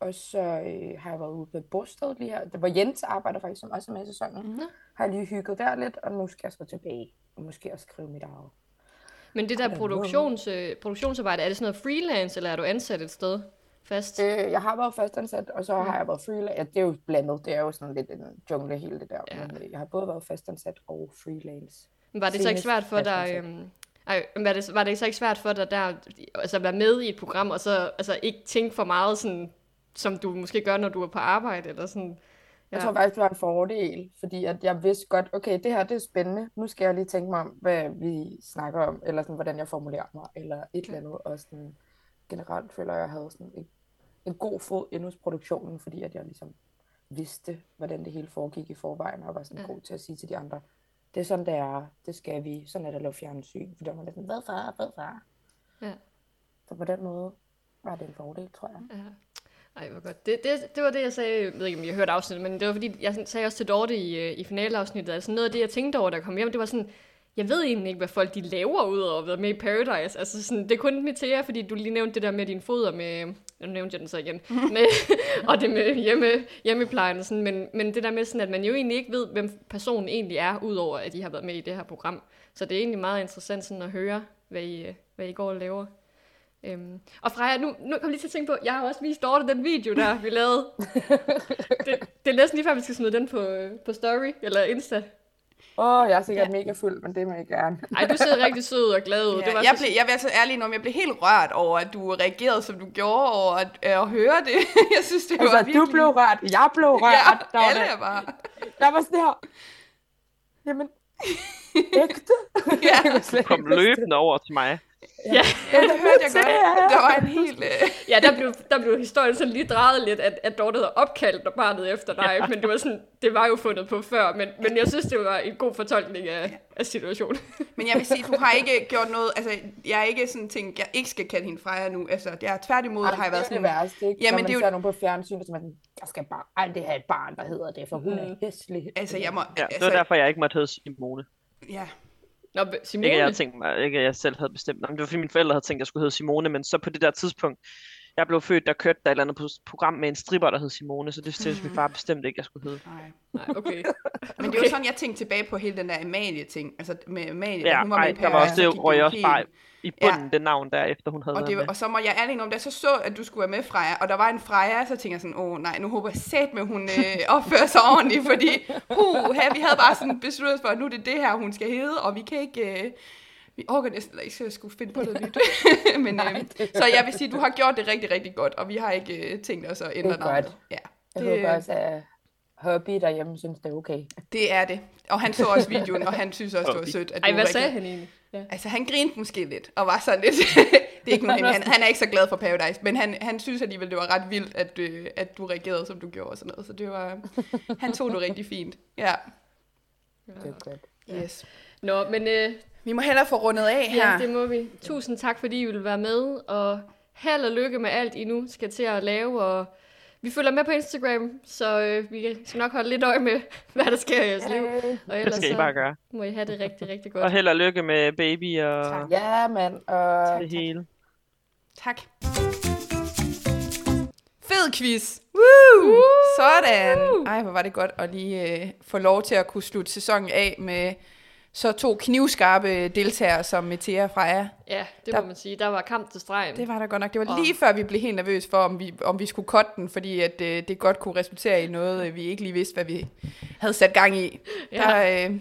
og så øh, har jeg været ude på et bosted lige her, der- hvor Jens arbejder faktisk, som også er med i sæsonen. Mm. Har jeg lige hygget der lidt, og nu skal jeg så tilbage, og måske også skrive mit eget. Men det der Hvordan? produktions, øh, produktionsarbejde, er det sådan noget freelance, eller er du ansat et sted fast? Øh, jeg har været fastansat, og så har jeg været freelance. Ja, det er jo blandet. Det er jo sådan lidt en jungle hele det der. Ja. Ja. Men øh, jeg har både været fastansat og freelance. Men var det så ikke senest svært for dig... fastansat. Øhm, ej, men var det, var det så ikke svært for dig der, altså at være med i et program, og så altså, ikke tænke for meget, sådan, som du måske gør, når du er på arbejde, eller sådan? Jeg tror faktisk, det var en fordel, fordi at jeg vidste godt, okay, det her det er spændende. Nu skal jeg lige tænke mig om, hvad vi snakker om, eller sådan, hvordan jeg formulerer mig, eller et eller andet. Og sådan, generelt føler jeg, at jeg havde sådan en, en god fod inde hos produktionen, fordi at jeg ligesom vidste, hvordan det hele foregik i forvejen, og var sådan god til at sige til de andre, det er sådan, det er, det skal vi, sådan er det at lave fjernsyn. Fordi man er sådan, hvad far, hvad far. Ja. Så på den måde var det en fordel, tror jeg. Ej, hvor godt. Det, det, det var det, jeg sagde, jeg ved ikke, om jeg hørte afsnittet, men det var fordi, jeg sådan sagde også til Dorte i, øh, i finaleafsnittet, altså noget af det, jeg tænkte over, da jeg kom hjem, det var sådan, jeg ved egentlig ikke, hvad folk de laver ud over at være med i Paradise. Altså sådan, det er kun mit til jer, fordi du lige nævnte det der med dine fødder med, nu nævnte jeg den så igen, med, og det med hjemme, hjemmeplejen og sådan, men, men det der med sådan, at man jo egentlig ikke ved, hvem personen egentlig er, udover at de har været med i det her program. Så det er egentlig meget interessant sådan at høre, hvad I, øh, hvad I går og laver. Øhm. Og Freja, nu, nu kom jeg lige til at tænke på, jeg har også vist Dorte den video, der vi lavede. det, det er næsten lige før, vi skal smide den på, øh, på story eller Insta. Åh, oh, jeg er sikkert ja. mega fuld, men det må jeg gerne. Ej, du ser rigtig sød og glad ud. Ja, det var jeg, så- blev, jeg vil altså ærlig nu, jeg blev helt rørt over, at du reagerede, som du gjorde, over at, øh, at høre det. Jeg synes, det Altså, var virkelig... du blev rørt, jeg blev rørt. Ja, var alle det- er bare... Jeg var sådan her. Jamen, ægte? Ja. Jeg kunne slet ikke Kom vidste det. løbende over til mig. Ja, det hørte jeg Se her. godt. Der var en helt... Øh... ja der, blev, der blev historien sådan lige drejet lidt, at, at Dorte havde opkaldt og barnet efter dig. Ja. Men det var, sådan, det var jo fundet på før, men, men jeg synes, det var en god fortolkning af, af situationen. Men jeg vil sige, du har ikke gjort noget... Altså, jeg er ikke sådan tænkt, jeg ikke skal kalde hende Freja nu. Altså, jeg er tværtimod, Ej, har jeg været det er sådan... det værste, ikke? Jamen, Når man det er jo- ser nogen på fjernsyn, og så er man sådan, jeg skal bare aldrig have et barn, der hedder det, for hun er hæslig. Altså, jeg må... Ja, det altså, var derfor, jeg ikke måtte hedde Simone. Ja. Nå, Simone. Ikke at jeg Simone, havde tænkt mig, ikke at jeg selv havde bestemt. Nej, men det var fordi mine forældre havde tænkt, at jeg skulle hedde Simone, men så på det der tidspunkt, jeg blev født, der kørte der et eller andet pro- program med en stripper, der hed Simone, så det synes min far Mm. bestemt ikke, jeg skulle hedde. Nej. nej, okay. Men det var sådan, jeg tænkte tilbage på hele den der Amalie-ting. Altså med Amalie, da Ja, hun var med ej, i der var Paradise, også så gik det, hvor jeg jo også helt- bare i bunden det navn der, efter hun havde Og, været det, med. og så må jeg ærlig om, da jeg så så, at du skulle være med, Freja, og der var en Freja, så tænker jeg sådan, åh nej, nu håber jeg sæt med, hun øh, opfører sig ordentligt, fordi uh, vi havde bare sådan besluttet os for, at nu er det det her, hun skal hedde, og vi kan ikke... Øh, vi orker næsten ikke, så jeg skulle finde på noget nyt. Men, øh, så jeg vil sige, at du har gjort det rigtig, rigtig godt, og vi har ikke øh, tænkt os at ændre Det er navnet. godt. Ja, Jeg håber det, også, at Hobby derhjemme synes, det er okay. det er det. Og han så også videoen, og han synes også, det var sødt. At Ej, du hvad reagerede. sagde han egentlig? Ja. Altså, han grinte måske lidt, og var sådan lidt... det er ikke noget, han, han er ikke så glad for Paradise, men han, han synes alligevel, det var ret vildt, at, øh, at du reagerede, som du gjorde og sådan noget. Så det var... Han tog det rigtig fint. Ja. Det er godt. Yes. Nå, men øh, Vi må hellere få rundet af her. Ja, det må vi. Tusind tak, fordi I vil være med, og held og lykke med alt, I nu skal til at lave, og vi følger med på Instagram, så øh, vi skal nok holde lidt øje med, hvad der sker i jeres liv. Og Det ellers skal I bare gøre. så må I have det rigtig, rigtig Og godt. held og lykke med baby og Tak. Ja, mand. Og det hele. Tak. Fed quiz. Woo! Woo! Sådan. Ej, hvor var det godt at lige øh, få lov til at kunne slutte sæsonen af med så to knivskarpe deltagere som Metea og Freja. Ja, det Der- må man sige. Der var kamp til stregen. Det var der godt nok. Det var Og- lige før, vi blev helt nervøse for, om vi, om vi skulle cutte den, fordi at, øh, det godt kunne resultere i noget, øh, vi ikke lige vidste, hvad vi havde sat gang i. Ja. Ja. Der, øh,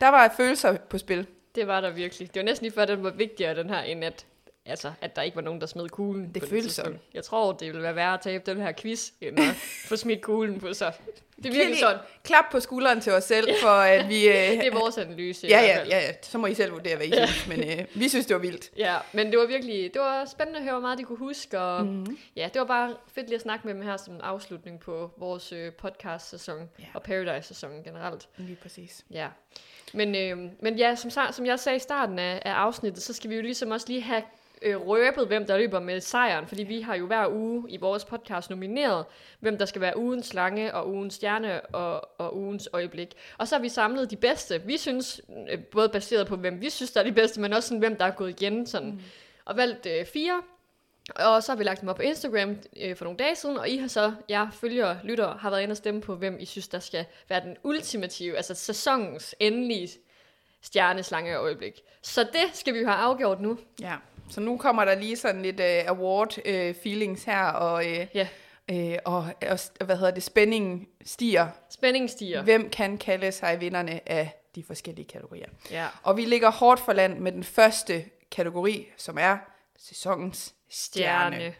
der var følelser på spil. Det var der virkelig. Det var næsten lige før, den var vigtigere, den her, end at, altså, at der ikke var nogen, der smed kuglen. på føles tidspunkt. sådan. Jeg tror, det ville være værre at tabe den her quiz, end at få smidt kuglen på sig. Det er virkelig Lige sådan. Klap på skulderen til os selv, for at vi... Øh, Det er vores analyse. i ja, hvert ja, fald. ja, ja, så må I selv vurdere, hvad I synes, men øh, vi synes, det var vildt. Ja, men det var virkelig det var spændende at høre, hvor meget de kunne huske. Og mm-hmm. Ja, det var bare fedt lige at snakke med dem her som en afslutning på vores øh, podcast-sæson Ja. yeah. og Paradise-sæsonen generelt. Lige præcis. Ja. Men, øh, men ja, som, sa- som jeg sagde i starten af, af afsnittet, så skal vi jo ligesom også lige have øh, røbet, hvem der løber med sejren, fordi vi har jo hver uge i vores podcast nomineret, hvem der skal være ugens slange og ugens stjerne og, og ugens øjeblik. Og så har vi samlet de bedste. Vi synes, øh, både baseret på, hvem vi synes, der er de bedste, men også sådan, hvem der er gået igen, sådan. Mm. og valgt øh, fire. Og så har vi lagt dem op på Instagram øh, for nogle dage siden, og I har så, jeg følger lyttere, har været inde og stemme på, hvem I synes, der skal være den ultimative, altså sæsonens endelige stjerneslange øjeblik. Så det skal vi jo have afgjort nu. Ja, så nu kommer der lige sådan lidt øh, award-feelings her, og, øh, Ja, øh, og, og, og hvad hedder det, spændingen stiger. spændingen stiger. Hvem kan kalde sig vinderne af de forskellige kategorier? Ja. Og vi ligger hårdt for land med den første kategori, som er sæsonens stjerne. Stjerne. stjerne.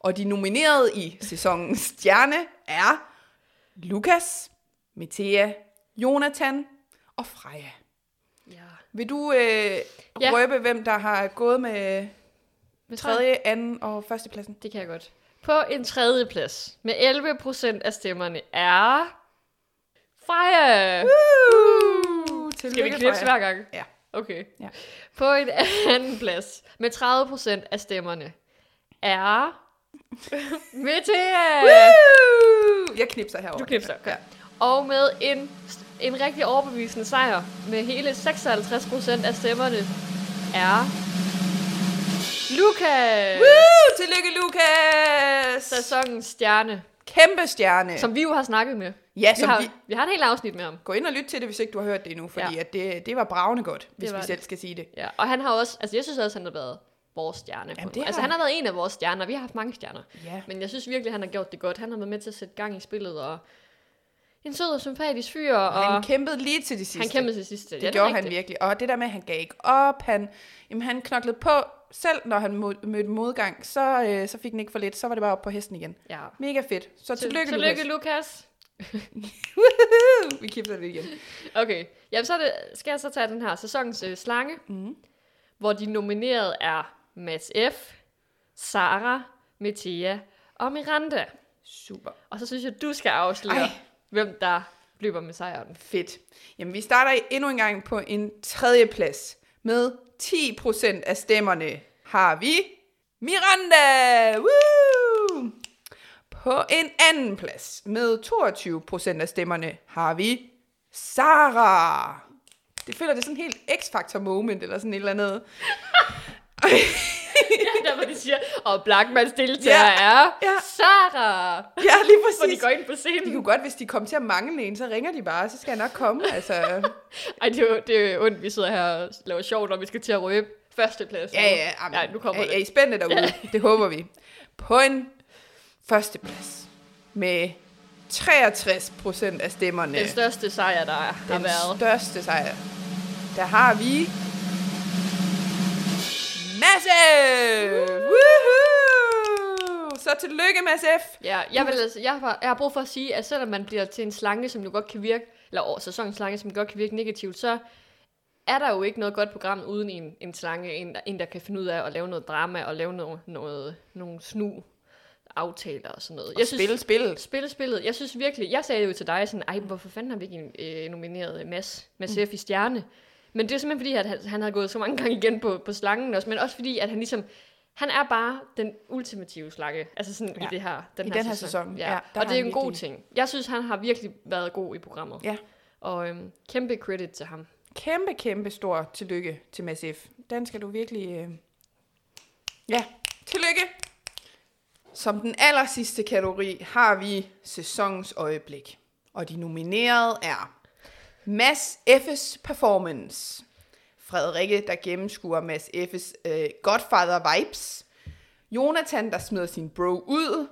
Og de nominerede i sæsonens stjerne er Lukas, Metea, Jonathan og Freja. Ja. Vil du øh, Ja. ja. røbe, hvem der har gået med Med tredje, anden og førstepladsen? Det kan jeg godt. På en tredje plads med 11% af stemmerne er... Freja! Uh, Skal vi klippe hver gang? Ja. Okay. Ja. På en anden plads med 30% af stemmerne er... Mette! Uh, jeg knipser herovre. Du knipser, Ja. Og med en, en rigtig overbevisende sejr med hele 56% af stemmerne er... Lukas! Uh, tillykke, Lukas! Sæsonens stjerne, Kæmpe stjerne. som vi jo har snakket med. ja, Vi som har, vi, vi har et helt afsnit med ham. Gå ind og lyt til det, hvis ikke du har hørt det endnu, fordi Ja. ja. at det, det var bravende godt, hvis var vi det. selv skal sige det. Ja, og han har også, altså jeg synes også, han har været vores stjerne. Jamen, Jamen, det har altså han han. har været en af vores stjerner, vi har haft mange stjerner. Ja. Men jeg synes virkelig, han har gjort det godt. Han har været med til at sætte gang i spillet, og en sød og sympatisk fyr, og Han kæmpede lige til det sidste. han kæmpede til sidst. det, det gjorde han virkelig. Og det der med, at han gav ikke op, han, jamen, han knoklede på, selv når han mod, mødte modgang, så, øh, så fik han ikke for lidt, så var det bare op på hesten igen. Ja. Mega fedt. Så tillykke, Tillykke, Lukas. Lukas. Woohoo! Vi kipser det igen. Okay, jamen så er det, skal jeg så tage den her sæsonens øh, slange, mm. hvor de nominerede er Mads F., Sara, Metea og Miranda. Super. Og så synes jeg, du skal afsløre, Ej. Ej. hvem der løber med sejren. Fedt. Jamen, vi starter endnu en gang på en tredje plads. Med 10% af stemmerne har vi Miranda! Woo! På en anden plads med 22% af stemmerne har vi Sara. Det føler det er sådan helt X-Factor moment eller sådan et eller andet. Der hvor de siger, og Blackmans deltager ja. er ja. ja. Sara. Ja, lige Hvor de præcis. går ind på De scenen. kunne godt, hvis de kom til at mangle en, så ringer de bare, så skal jeg nok komme. Altså, Ej, det er, jo- det er jo ondt, vi sidder her og laver sjov, når vi skal til at røbe førsteplads. Ja, ja, amen. Nej, nu kommer er, det. Er I spændte derude? Ja. Det håber vi. På en førsteplads med 63 procent af stemmerne. Den største sejr, der har den været. største sejr. Der har vi... Mads F! Woohoo! Så tillykke, Mads F! Ja, jeg, vil altså, jeg, har, jeg har brug for at sige, at selvom man bliver til en slange, som jo godt kan virke, eller over sæsonens slange, som godt kan virke negativt, så er der jo ikke noget godt program uden en, en slange, en, der- en der kan finde ud af at lave noget drama og lave noget, noget, nogle snu aftaler og sådan noget. Jeg spille, spille. Spille spillet. Jeg synes virkelig, jeg sagde jo til dig sådan, ej, hvorfor fanden har vi ikke øh, nomineret øh, Mads, Mm. Mads F. i Stjerne? Men det er simpelthen fordi, at han, han har gået så mange gange igen på, på slangen også, men også fordi, at han ligesom, han er bare den ultimative slange, altså sådan ja. i Ja. det her, den I her den her sæson, ja, der og har det er han en god virkelig- ting. Jeg synes, han har virkelig været god i programmet. Ja. Og øhm, kæmpe credit til ham. Kæmpe, kæmpe stor tillykke til Mads F. Den skal du virkelig... Øh... Ja, Tillykke! Som den aller sidste kategori har vi sæsonens øjeblik. Og de nominerede er Mads F.'s performance. Frederikke, der gennemskuer Mads F.'s øh, Godfather-vibes. Jonathan, der smider sin bro ud.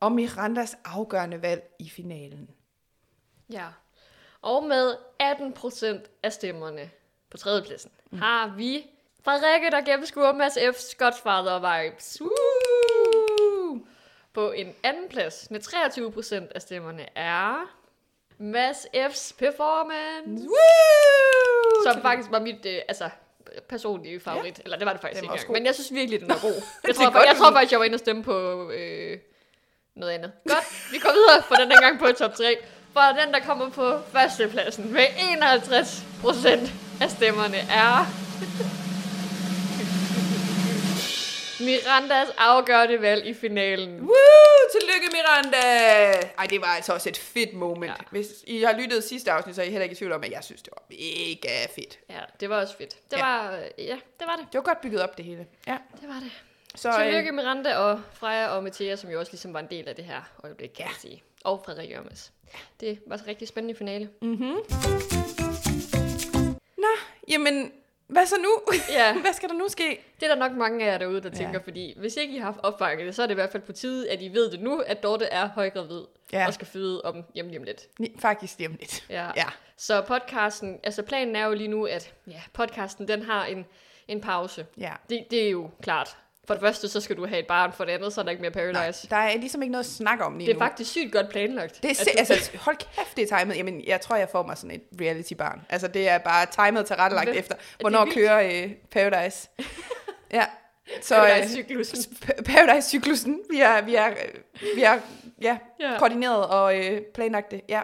Og Mirandas afgørende valg i finalen. Ja. Og med 18% af stemmerne på tredjepladsen mm. har vi Frederikke, der gennemskuer Mads F. Godfather Vibes. Woo! På en anden plads med 23% af stemmerne er Mads F.'s performance, Woo! som faktisk var mit øh, altså, personlige favorit. Ja. Eller det var det faktisk Den ikke var også engang. god. Men jeg synes virkelig, den var god. Jeg er tror, godt, jeg, jeg du- tror faktisk, jeg var inde og stemme på øh, noget andet. Godt, vi går videre for den her gang på top 3. For den, der kommer på førstepladsen med 51% af stemmerne er... Mirandas afgørende valg i finalen. Woo! Tillykke, Miranda! Ej, det var altså også et fedt moment. Ja. Ja. Hvis I har lyttet sidste afsnit, så er I heller ikke i tvivl om, at jeg synes, det var mega fedt. Ja, det var også fedt. Det Ja. ja. var, ja, det var det. Det var godt bygget op, det hele. Ja. Det var det. Så, øh, Tillykke Miranda og Freja og Mathia, som jo også ligesom var en del af det her øjeblik, kan ja. jeg sige. Og Frederik Jørgens. Det var så rigtig spændende finale. Nå, jamen, hvad så nu? Ja. hvad skal der nu ske? Det er der nok mange af jer derude, der tænker, fordi hvis ikke I har opfanget det, så er det i hvert fald på tide, at I ved det nu, at Dorte er højgravid Ja. ja. og skal føde om hjem lige om lidt. Ni- Faktisk lige om lidt. Ja. ja. Så podcasten, altså planen er jo lige nu, at ja, podcasten den har en, en pause. Ja. Det, det er jo klart. For det første, så skal du have et barn, for det andet, så er der ikke mere Paradise. Der er ligesom ikke noget at snakke om lige Det er nu. faktisk sygt godt planlagt. Det er at se- du- altså, hold kæft, det er timet. Jamen, jeg tror, jeg får mig sådan et reality-barn. Altså, det er bare timet til rettelagt Hvem- efter, hvornår vildt. kører øh, Paradise. ja. Så, øh, Paradise-cyklusen. Pa- Paradise-cyklusen. Vi har, vi har, øh, vi har ja, Ja. koordineret og øh, planlagt det. Ja.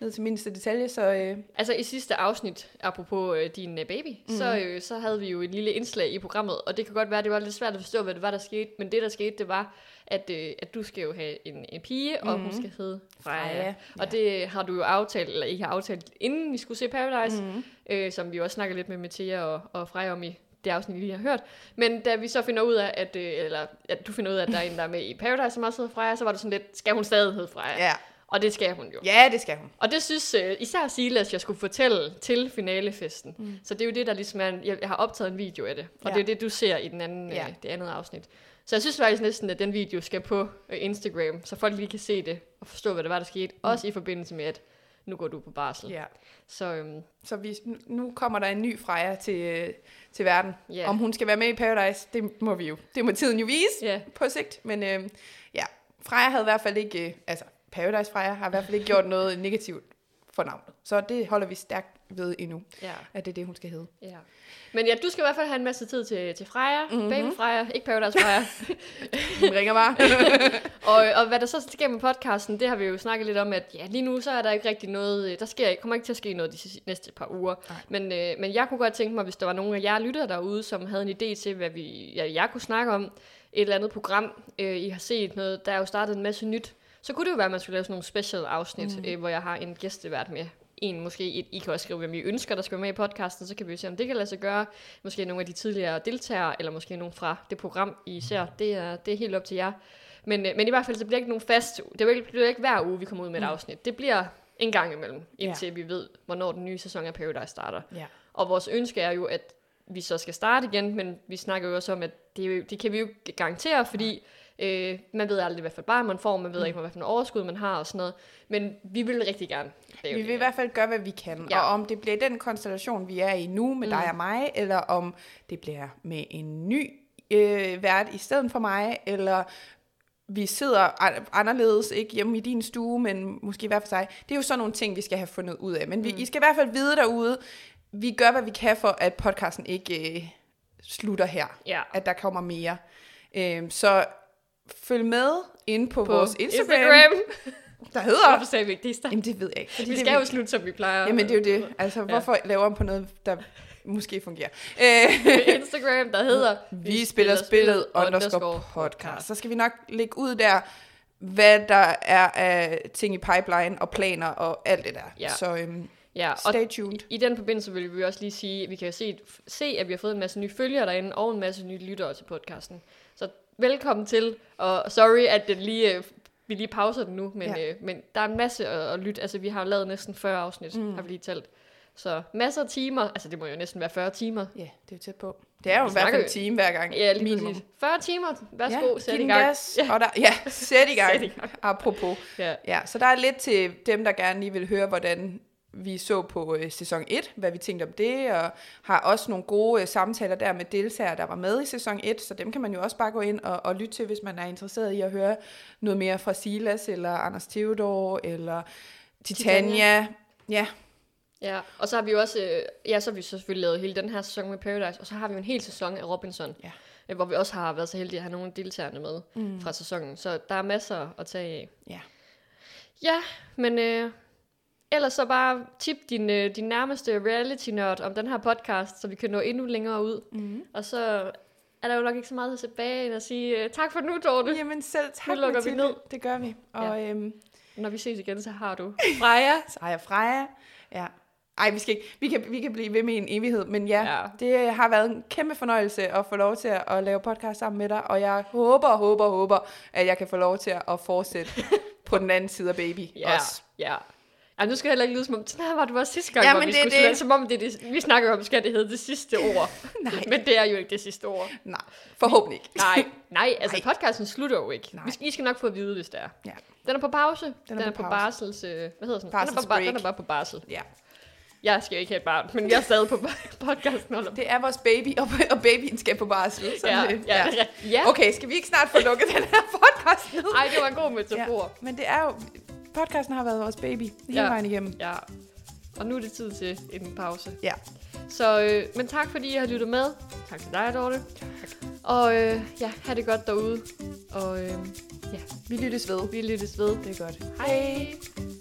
Ned til mindste detalje, så... Øh, Altså i sidste afsnit, apropos øh, din øh, baby, Mhm. mm. så, øh, så havde vi jo et lille indslag i programmet, og det kan godt være, det var lidt svært at forstå, hvad det var, der skete, men det, der skete, det var, at, øh, at du skal jo have en, en pige, og mm. hun skal hedde Freja. Mhm. Freja, Freja. Og det har du jo aftalt, eller I har aftalt, inden vi skulle se Paradise, Mhm. mm. øh, som vi også snakker lidt med Mathia og, og Freja om i det afsnit, vi lige har hørt. Men da vi så finder ud af, at, øh, eller, at du finder ud af, at der er en, der er med i Paradise, som også hedder Freja, så var du sådan lidt, skal hun stadig hedde Freja? ja. Og det skal hun jo. ja, det skal hun. Og det synes øh, især Silas, jeg skulle fortælle til finalefesten. Mm. Så det er jo det, der ligesom er, en- jeg jeg har optaget en video af det. Og Ja. ja. det er det, du ser i den anden, Ja. ja. øh, det andet afsnit. Så jeg synes faktisk næsten, at den video skal på øh, Instagram, så folk lige kan se det og forstå, hvad der var, der skete. Mm. Også i forbindelse med, at nu går du på barsel. Ja. Så øhm, Så vi, nu- nu kommer der en ny Freja til, øh, til verden. Ja. Om hun skal være med i Paradise, det må vi jo. Det må tiden jo vise Ja. på sigt. Men øh, ja, Freja havde i hvert fald ikke, øh, altså Paradise Freja har i hvert fald ikke gjort noget negativt for navnet. Så det holder vi stærkt ved endnu, ja. at det er det, hun skal hedde. ja. Men ja, du skal i hvert fald have en masse tid til, til Freja, mm-hmm. baby Freja, ikke Paradise Freja. Hun ringer bare. og, og hvad der så sker med podcasten, det har vi jo snakket lidt om, at ja, lige nu så er der ikke rigtig noget, øh, der sker, kommer ikke til at ske noget de sidste- næste par uger. Men, øh, men jeg kunne godt tænke mig, hvis der var nogen af jer lyttere derude, som havde en idé til, hvad vi, ja, jeg kunne snakke om, et eller andet program, øh, I har set noget, der er jo startet en masse nyt, så kunne det jo være, at man skulle lave sådan nogle special afsnit, mm. øh, hvor jeg har en gæstevært med. En måske, et, I kan også skrive, hvem I ønsker, der skal være med i podcasten, så kan vi jo se, om det kan lade sig gøre. Måske nogle af de tidligere deltagere, eller måske nogen fra det program, I ser. Det er, det er helt op til jer. Men, øh, men i hvert fald, så bliver det ikke nogen fast uge. Det bliver ikke, bliver ikke hver uge, vi kommer ud med et afsnit. Det bliver en gang imellem, indtil Mm. ja. vi ved, hvornår den nye sæson af Paradise starter. ja. Og vores ønske er jo, at vi så skal starte igen, men vi snakker jo også om, at det, er jo- det kan vi jo ikke garantere, fordi øh, man ved aldrig, hvad for et barn man får, man Mm. ved ikke, hvad for en overskud man har og sådan noget. Men vi vil rigtig gerne lave Vi det vil i igen. hvert fald gøre, hvad vi kan. Ja. Ja. Og om det bliver den konstellation, vi er i nu med mm. dig og mig, eller om det bliver med en ny øh, vært i stedet for mig, eller vi sidder an- anderledes, ikke hjemme i din stue, men måske hver for sig. Det er jo sådan nogle ting, vi skal have fundet ud af. Men vi, mm. I skal i hvert fald vide derude, vi gør, hvad vi kan for, at podcasten ikke øh, slutter her. Ja. At der kommer mere. Øh, så følg med ind på, på vores Instagram, Instagram, Instagram. der hedder... Hvorfor sagde vi ikke det i starten? Jamen, det ved jeg ikke. fordi Vi det skal er jo slutte, som vi plejer. Jamen, det er jo det. Altså, hvorfor ja. lave om på noget, der måske fungerer? Øh, Instagram, der hedder vi spiller spillet underscore podcast. Så skal vi nok lægge ud der, hvad der er af ting i pipeline og planer og alt det der. Ja. Så øhm, Ja, og stay tuned. I den forbindelse vil vi også lige sige, at vi kan jo se, se, at vi har fået en masse nye følgere derinde, og en masse nye lyttere til podcasten. Så velkommen til, og sorry, at den lige, øh, vi lige pauser den nu, men, Ja. ja. øh, men der er en masse at, at lytte. Altså, vi har lavet næsten 40 afsnit, Mm. mm. har vi lige talt. Så masser af timer, altså det må jo næsten være 40 timer. Ja, det er jo tæt på. Det er jo i Vi hvert fald snakker en time hver gang. Ja, lige minimum. præcis. 40 timer, værsgo, ja, ja, sæt giv i den gang. gas, Og der, ja, sæt i gang. Sæt i gang. Apropos. Ja. Ja, så der er lidt til dem, der gerne lige vil høre, hvordan vi så på øh, sæson 1, hvad vi tænkte om det, og har også nogle gode øh, samtaler der med deltagere, der var med i sæson 1, så dem kan man jo også bare gå ind og, og lytte til, hvis man er interesseret i at høre noget mere fra Silas, eller Anders Theodor, eller Titania. Titania. Ja, Ja, og så har vi jo også, øh, ja, så har vi selvfølgelig lavet hele den her sæson med Paradise, og så har vi jo en hel sæson af Robinson, Ja. øh, hvor vi også har været så heldige at have nogle af deltagerne med mm. fra sæsonen, så der er masser at tage af. Ja. Ja, men øh, ellers så bare tip din, øh, din nærmeste reality-nørd om den her podcast, så vi kan nå endnu længere ud, mm. og så er der jo nok ikke så meget at tilbage end at sige øh, tak for nu, Dorte. Yep. jamen selv tak, Nu lukker vi Mathilde. ned. Det gør vi. Og ja. øhm, Når vi ses igen, så har du. Freja. Freja, Freja. Ja. Ej, vi, skal ikke. Vi, kan, vi kan blive ved med i en evighed, men ja, ja, Ja. det har været en kæmpe fornøjelse at få lov til at, at lave podcast sammen med dig, og jeg håber, håber, håber, at jeg kan få lov til at, at fortsætte på den anden side af baby Ja, også. ja. Ja, nu skal jeg heller ikke lyde som om, sådan her var det vores sidste gang, Ja, ja, hvor men vi det er skulle det. slå, som om det, er det vi snakker jo om, skal det hedde det sidste ord. Nej. Men det er jo ikke det sidste ord. Nej, forhåbentlig ikke. Nej, nej, altså Nej. nej. podcasten slutter jo ikke. Nej. Vi skal, I skal nok få at vide, hvis det er. Ja. Den er på pause. Den er, på den er på, pause. barsels... Øh, hvad hedder sådan? Den er, bare, Barselsbreak. den er bare på barsel. Ja. Jeg skal jo ikke have et barn, men jeg er stadig på podcasten. Holder. Det er vores baby, og, og babyen skal på barsel. ja, sådan lidt. ja, ja. ja. Okay. Okay, skal vi ikke snart få lukket den her podcast ned? Ej, det var en god metafor. Ja. Men det er jo... Podcasten har været vores baby hele ja. Ja. vejen igennem. ja. Og nu er det tid til en pause. Øhm, Ja. Så, øh, men tak fordi I har lyttet med. Tak til dig, Dorte. Tak. Og øh, ja, have det godt derude. Og øh, Vi lyttes ved. vi lyttes ved. Det er godt. Hej.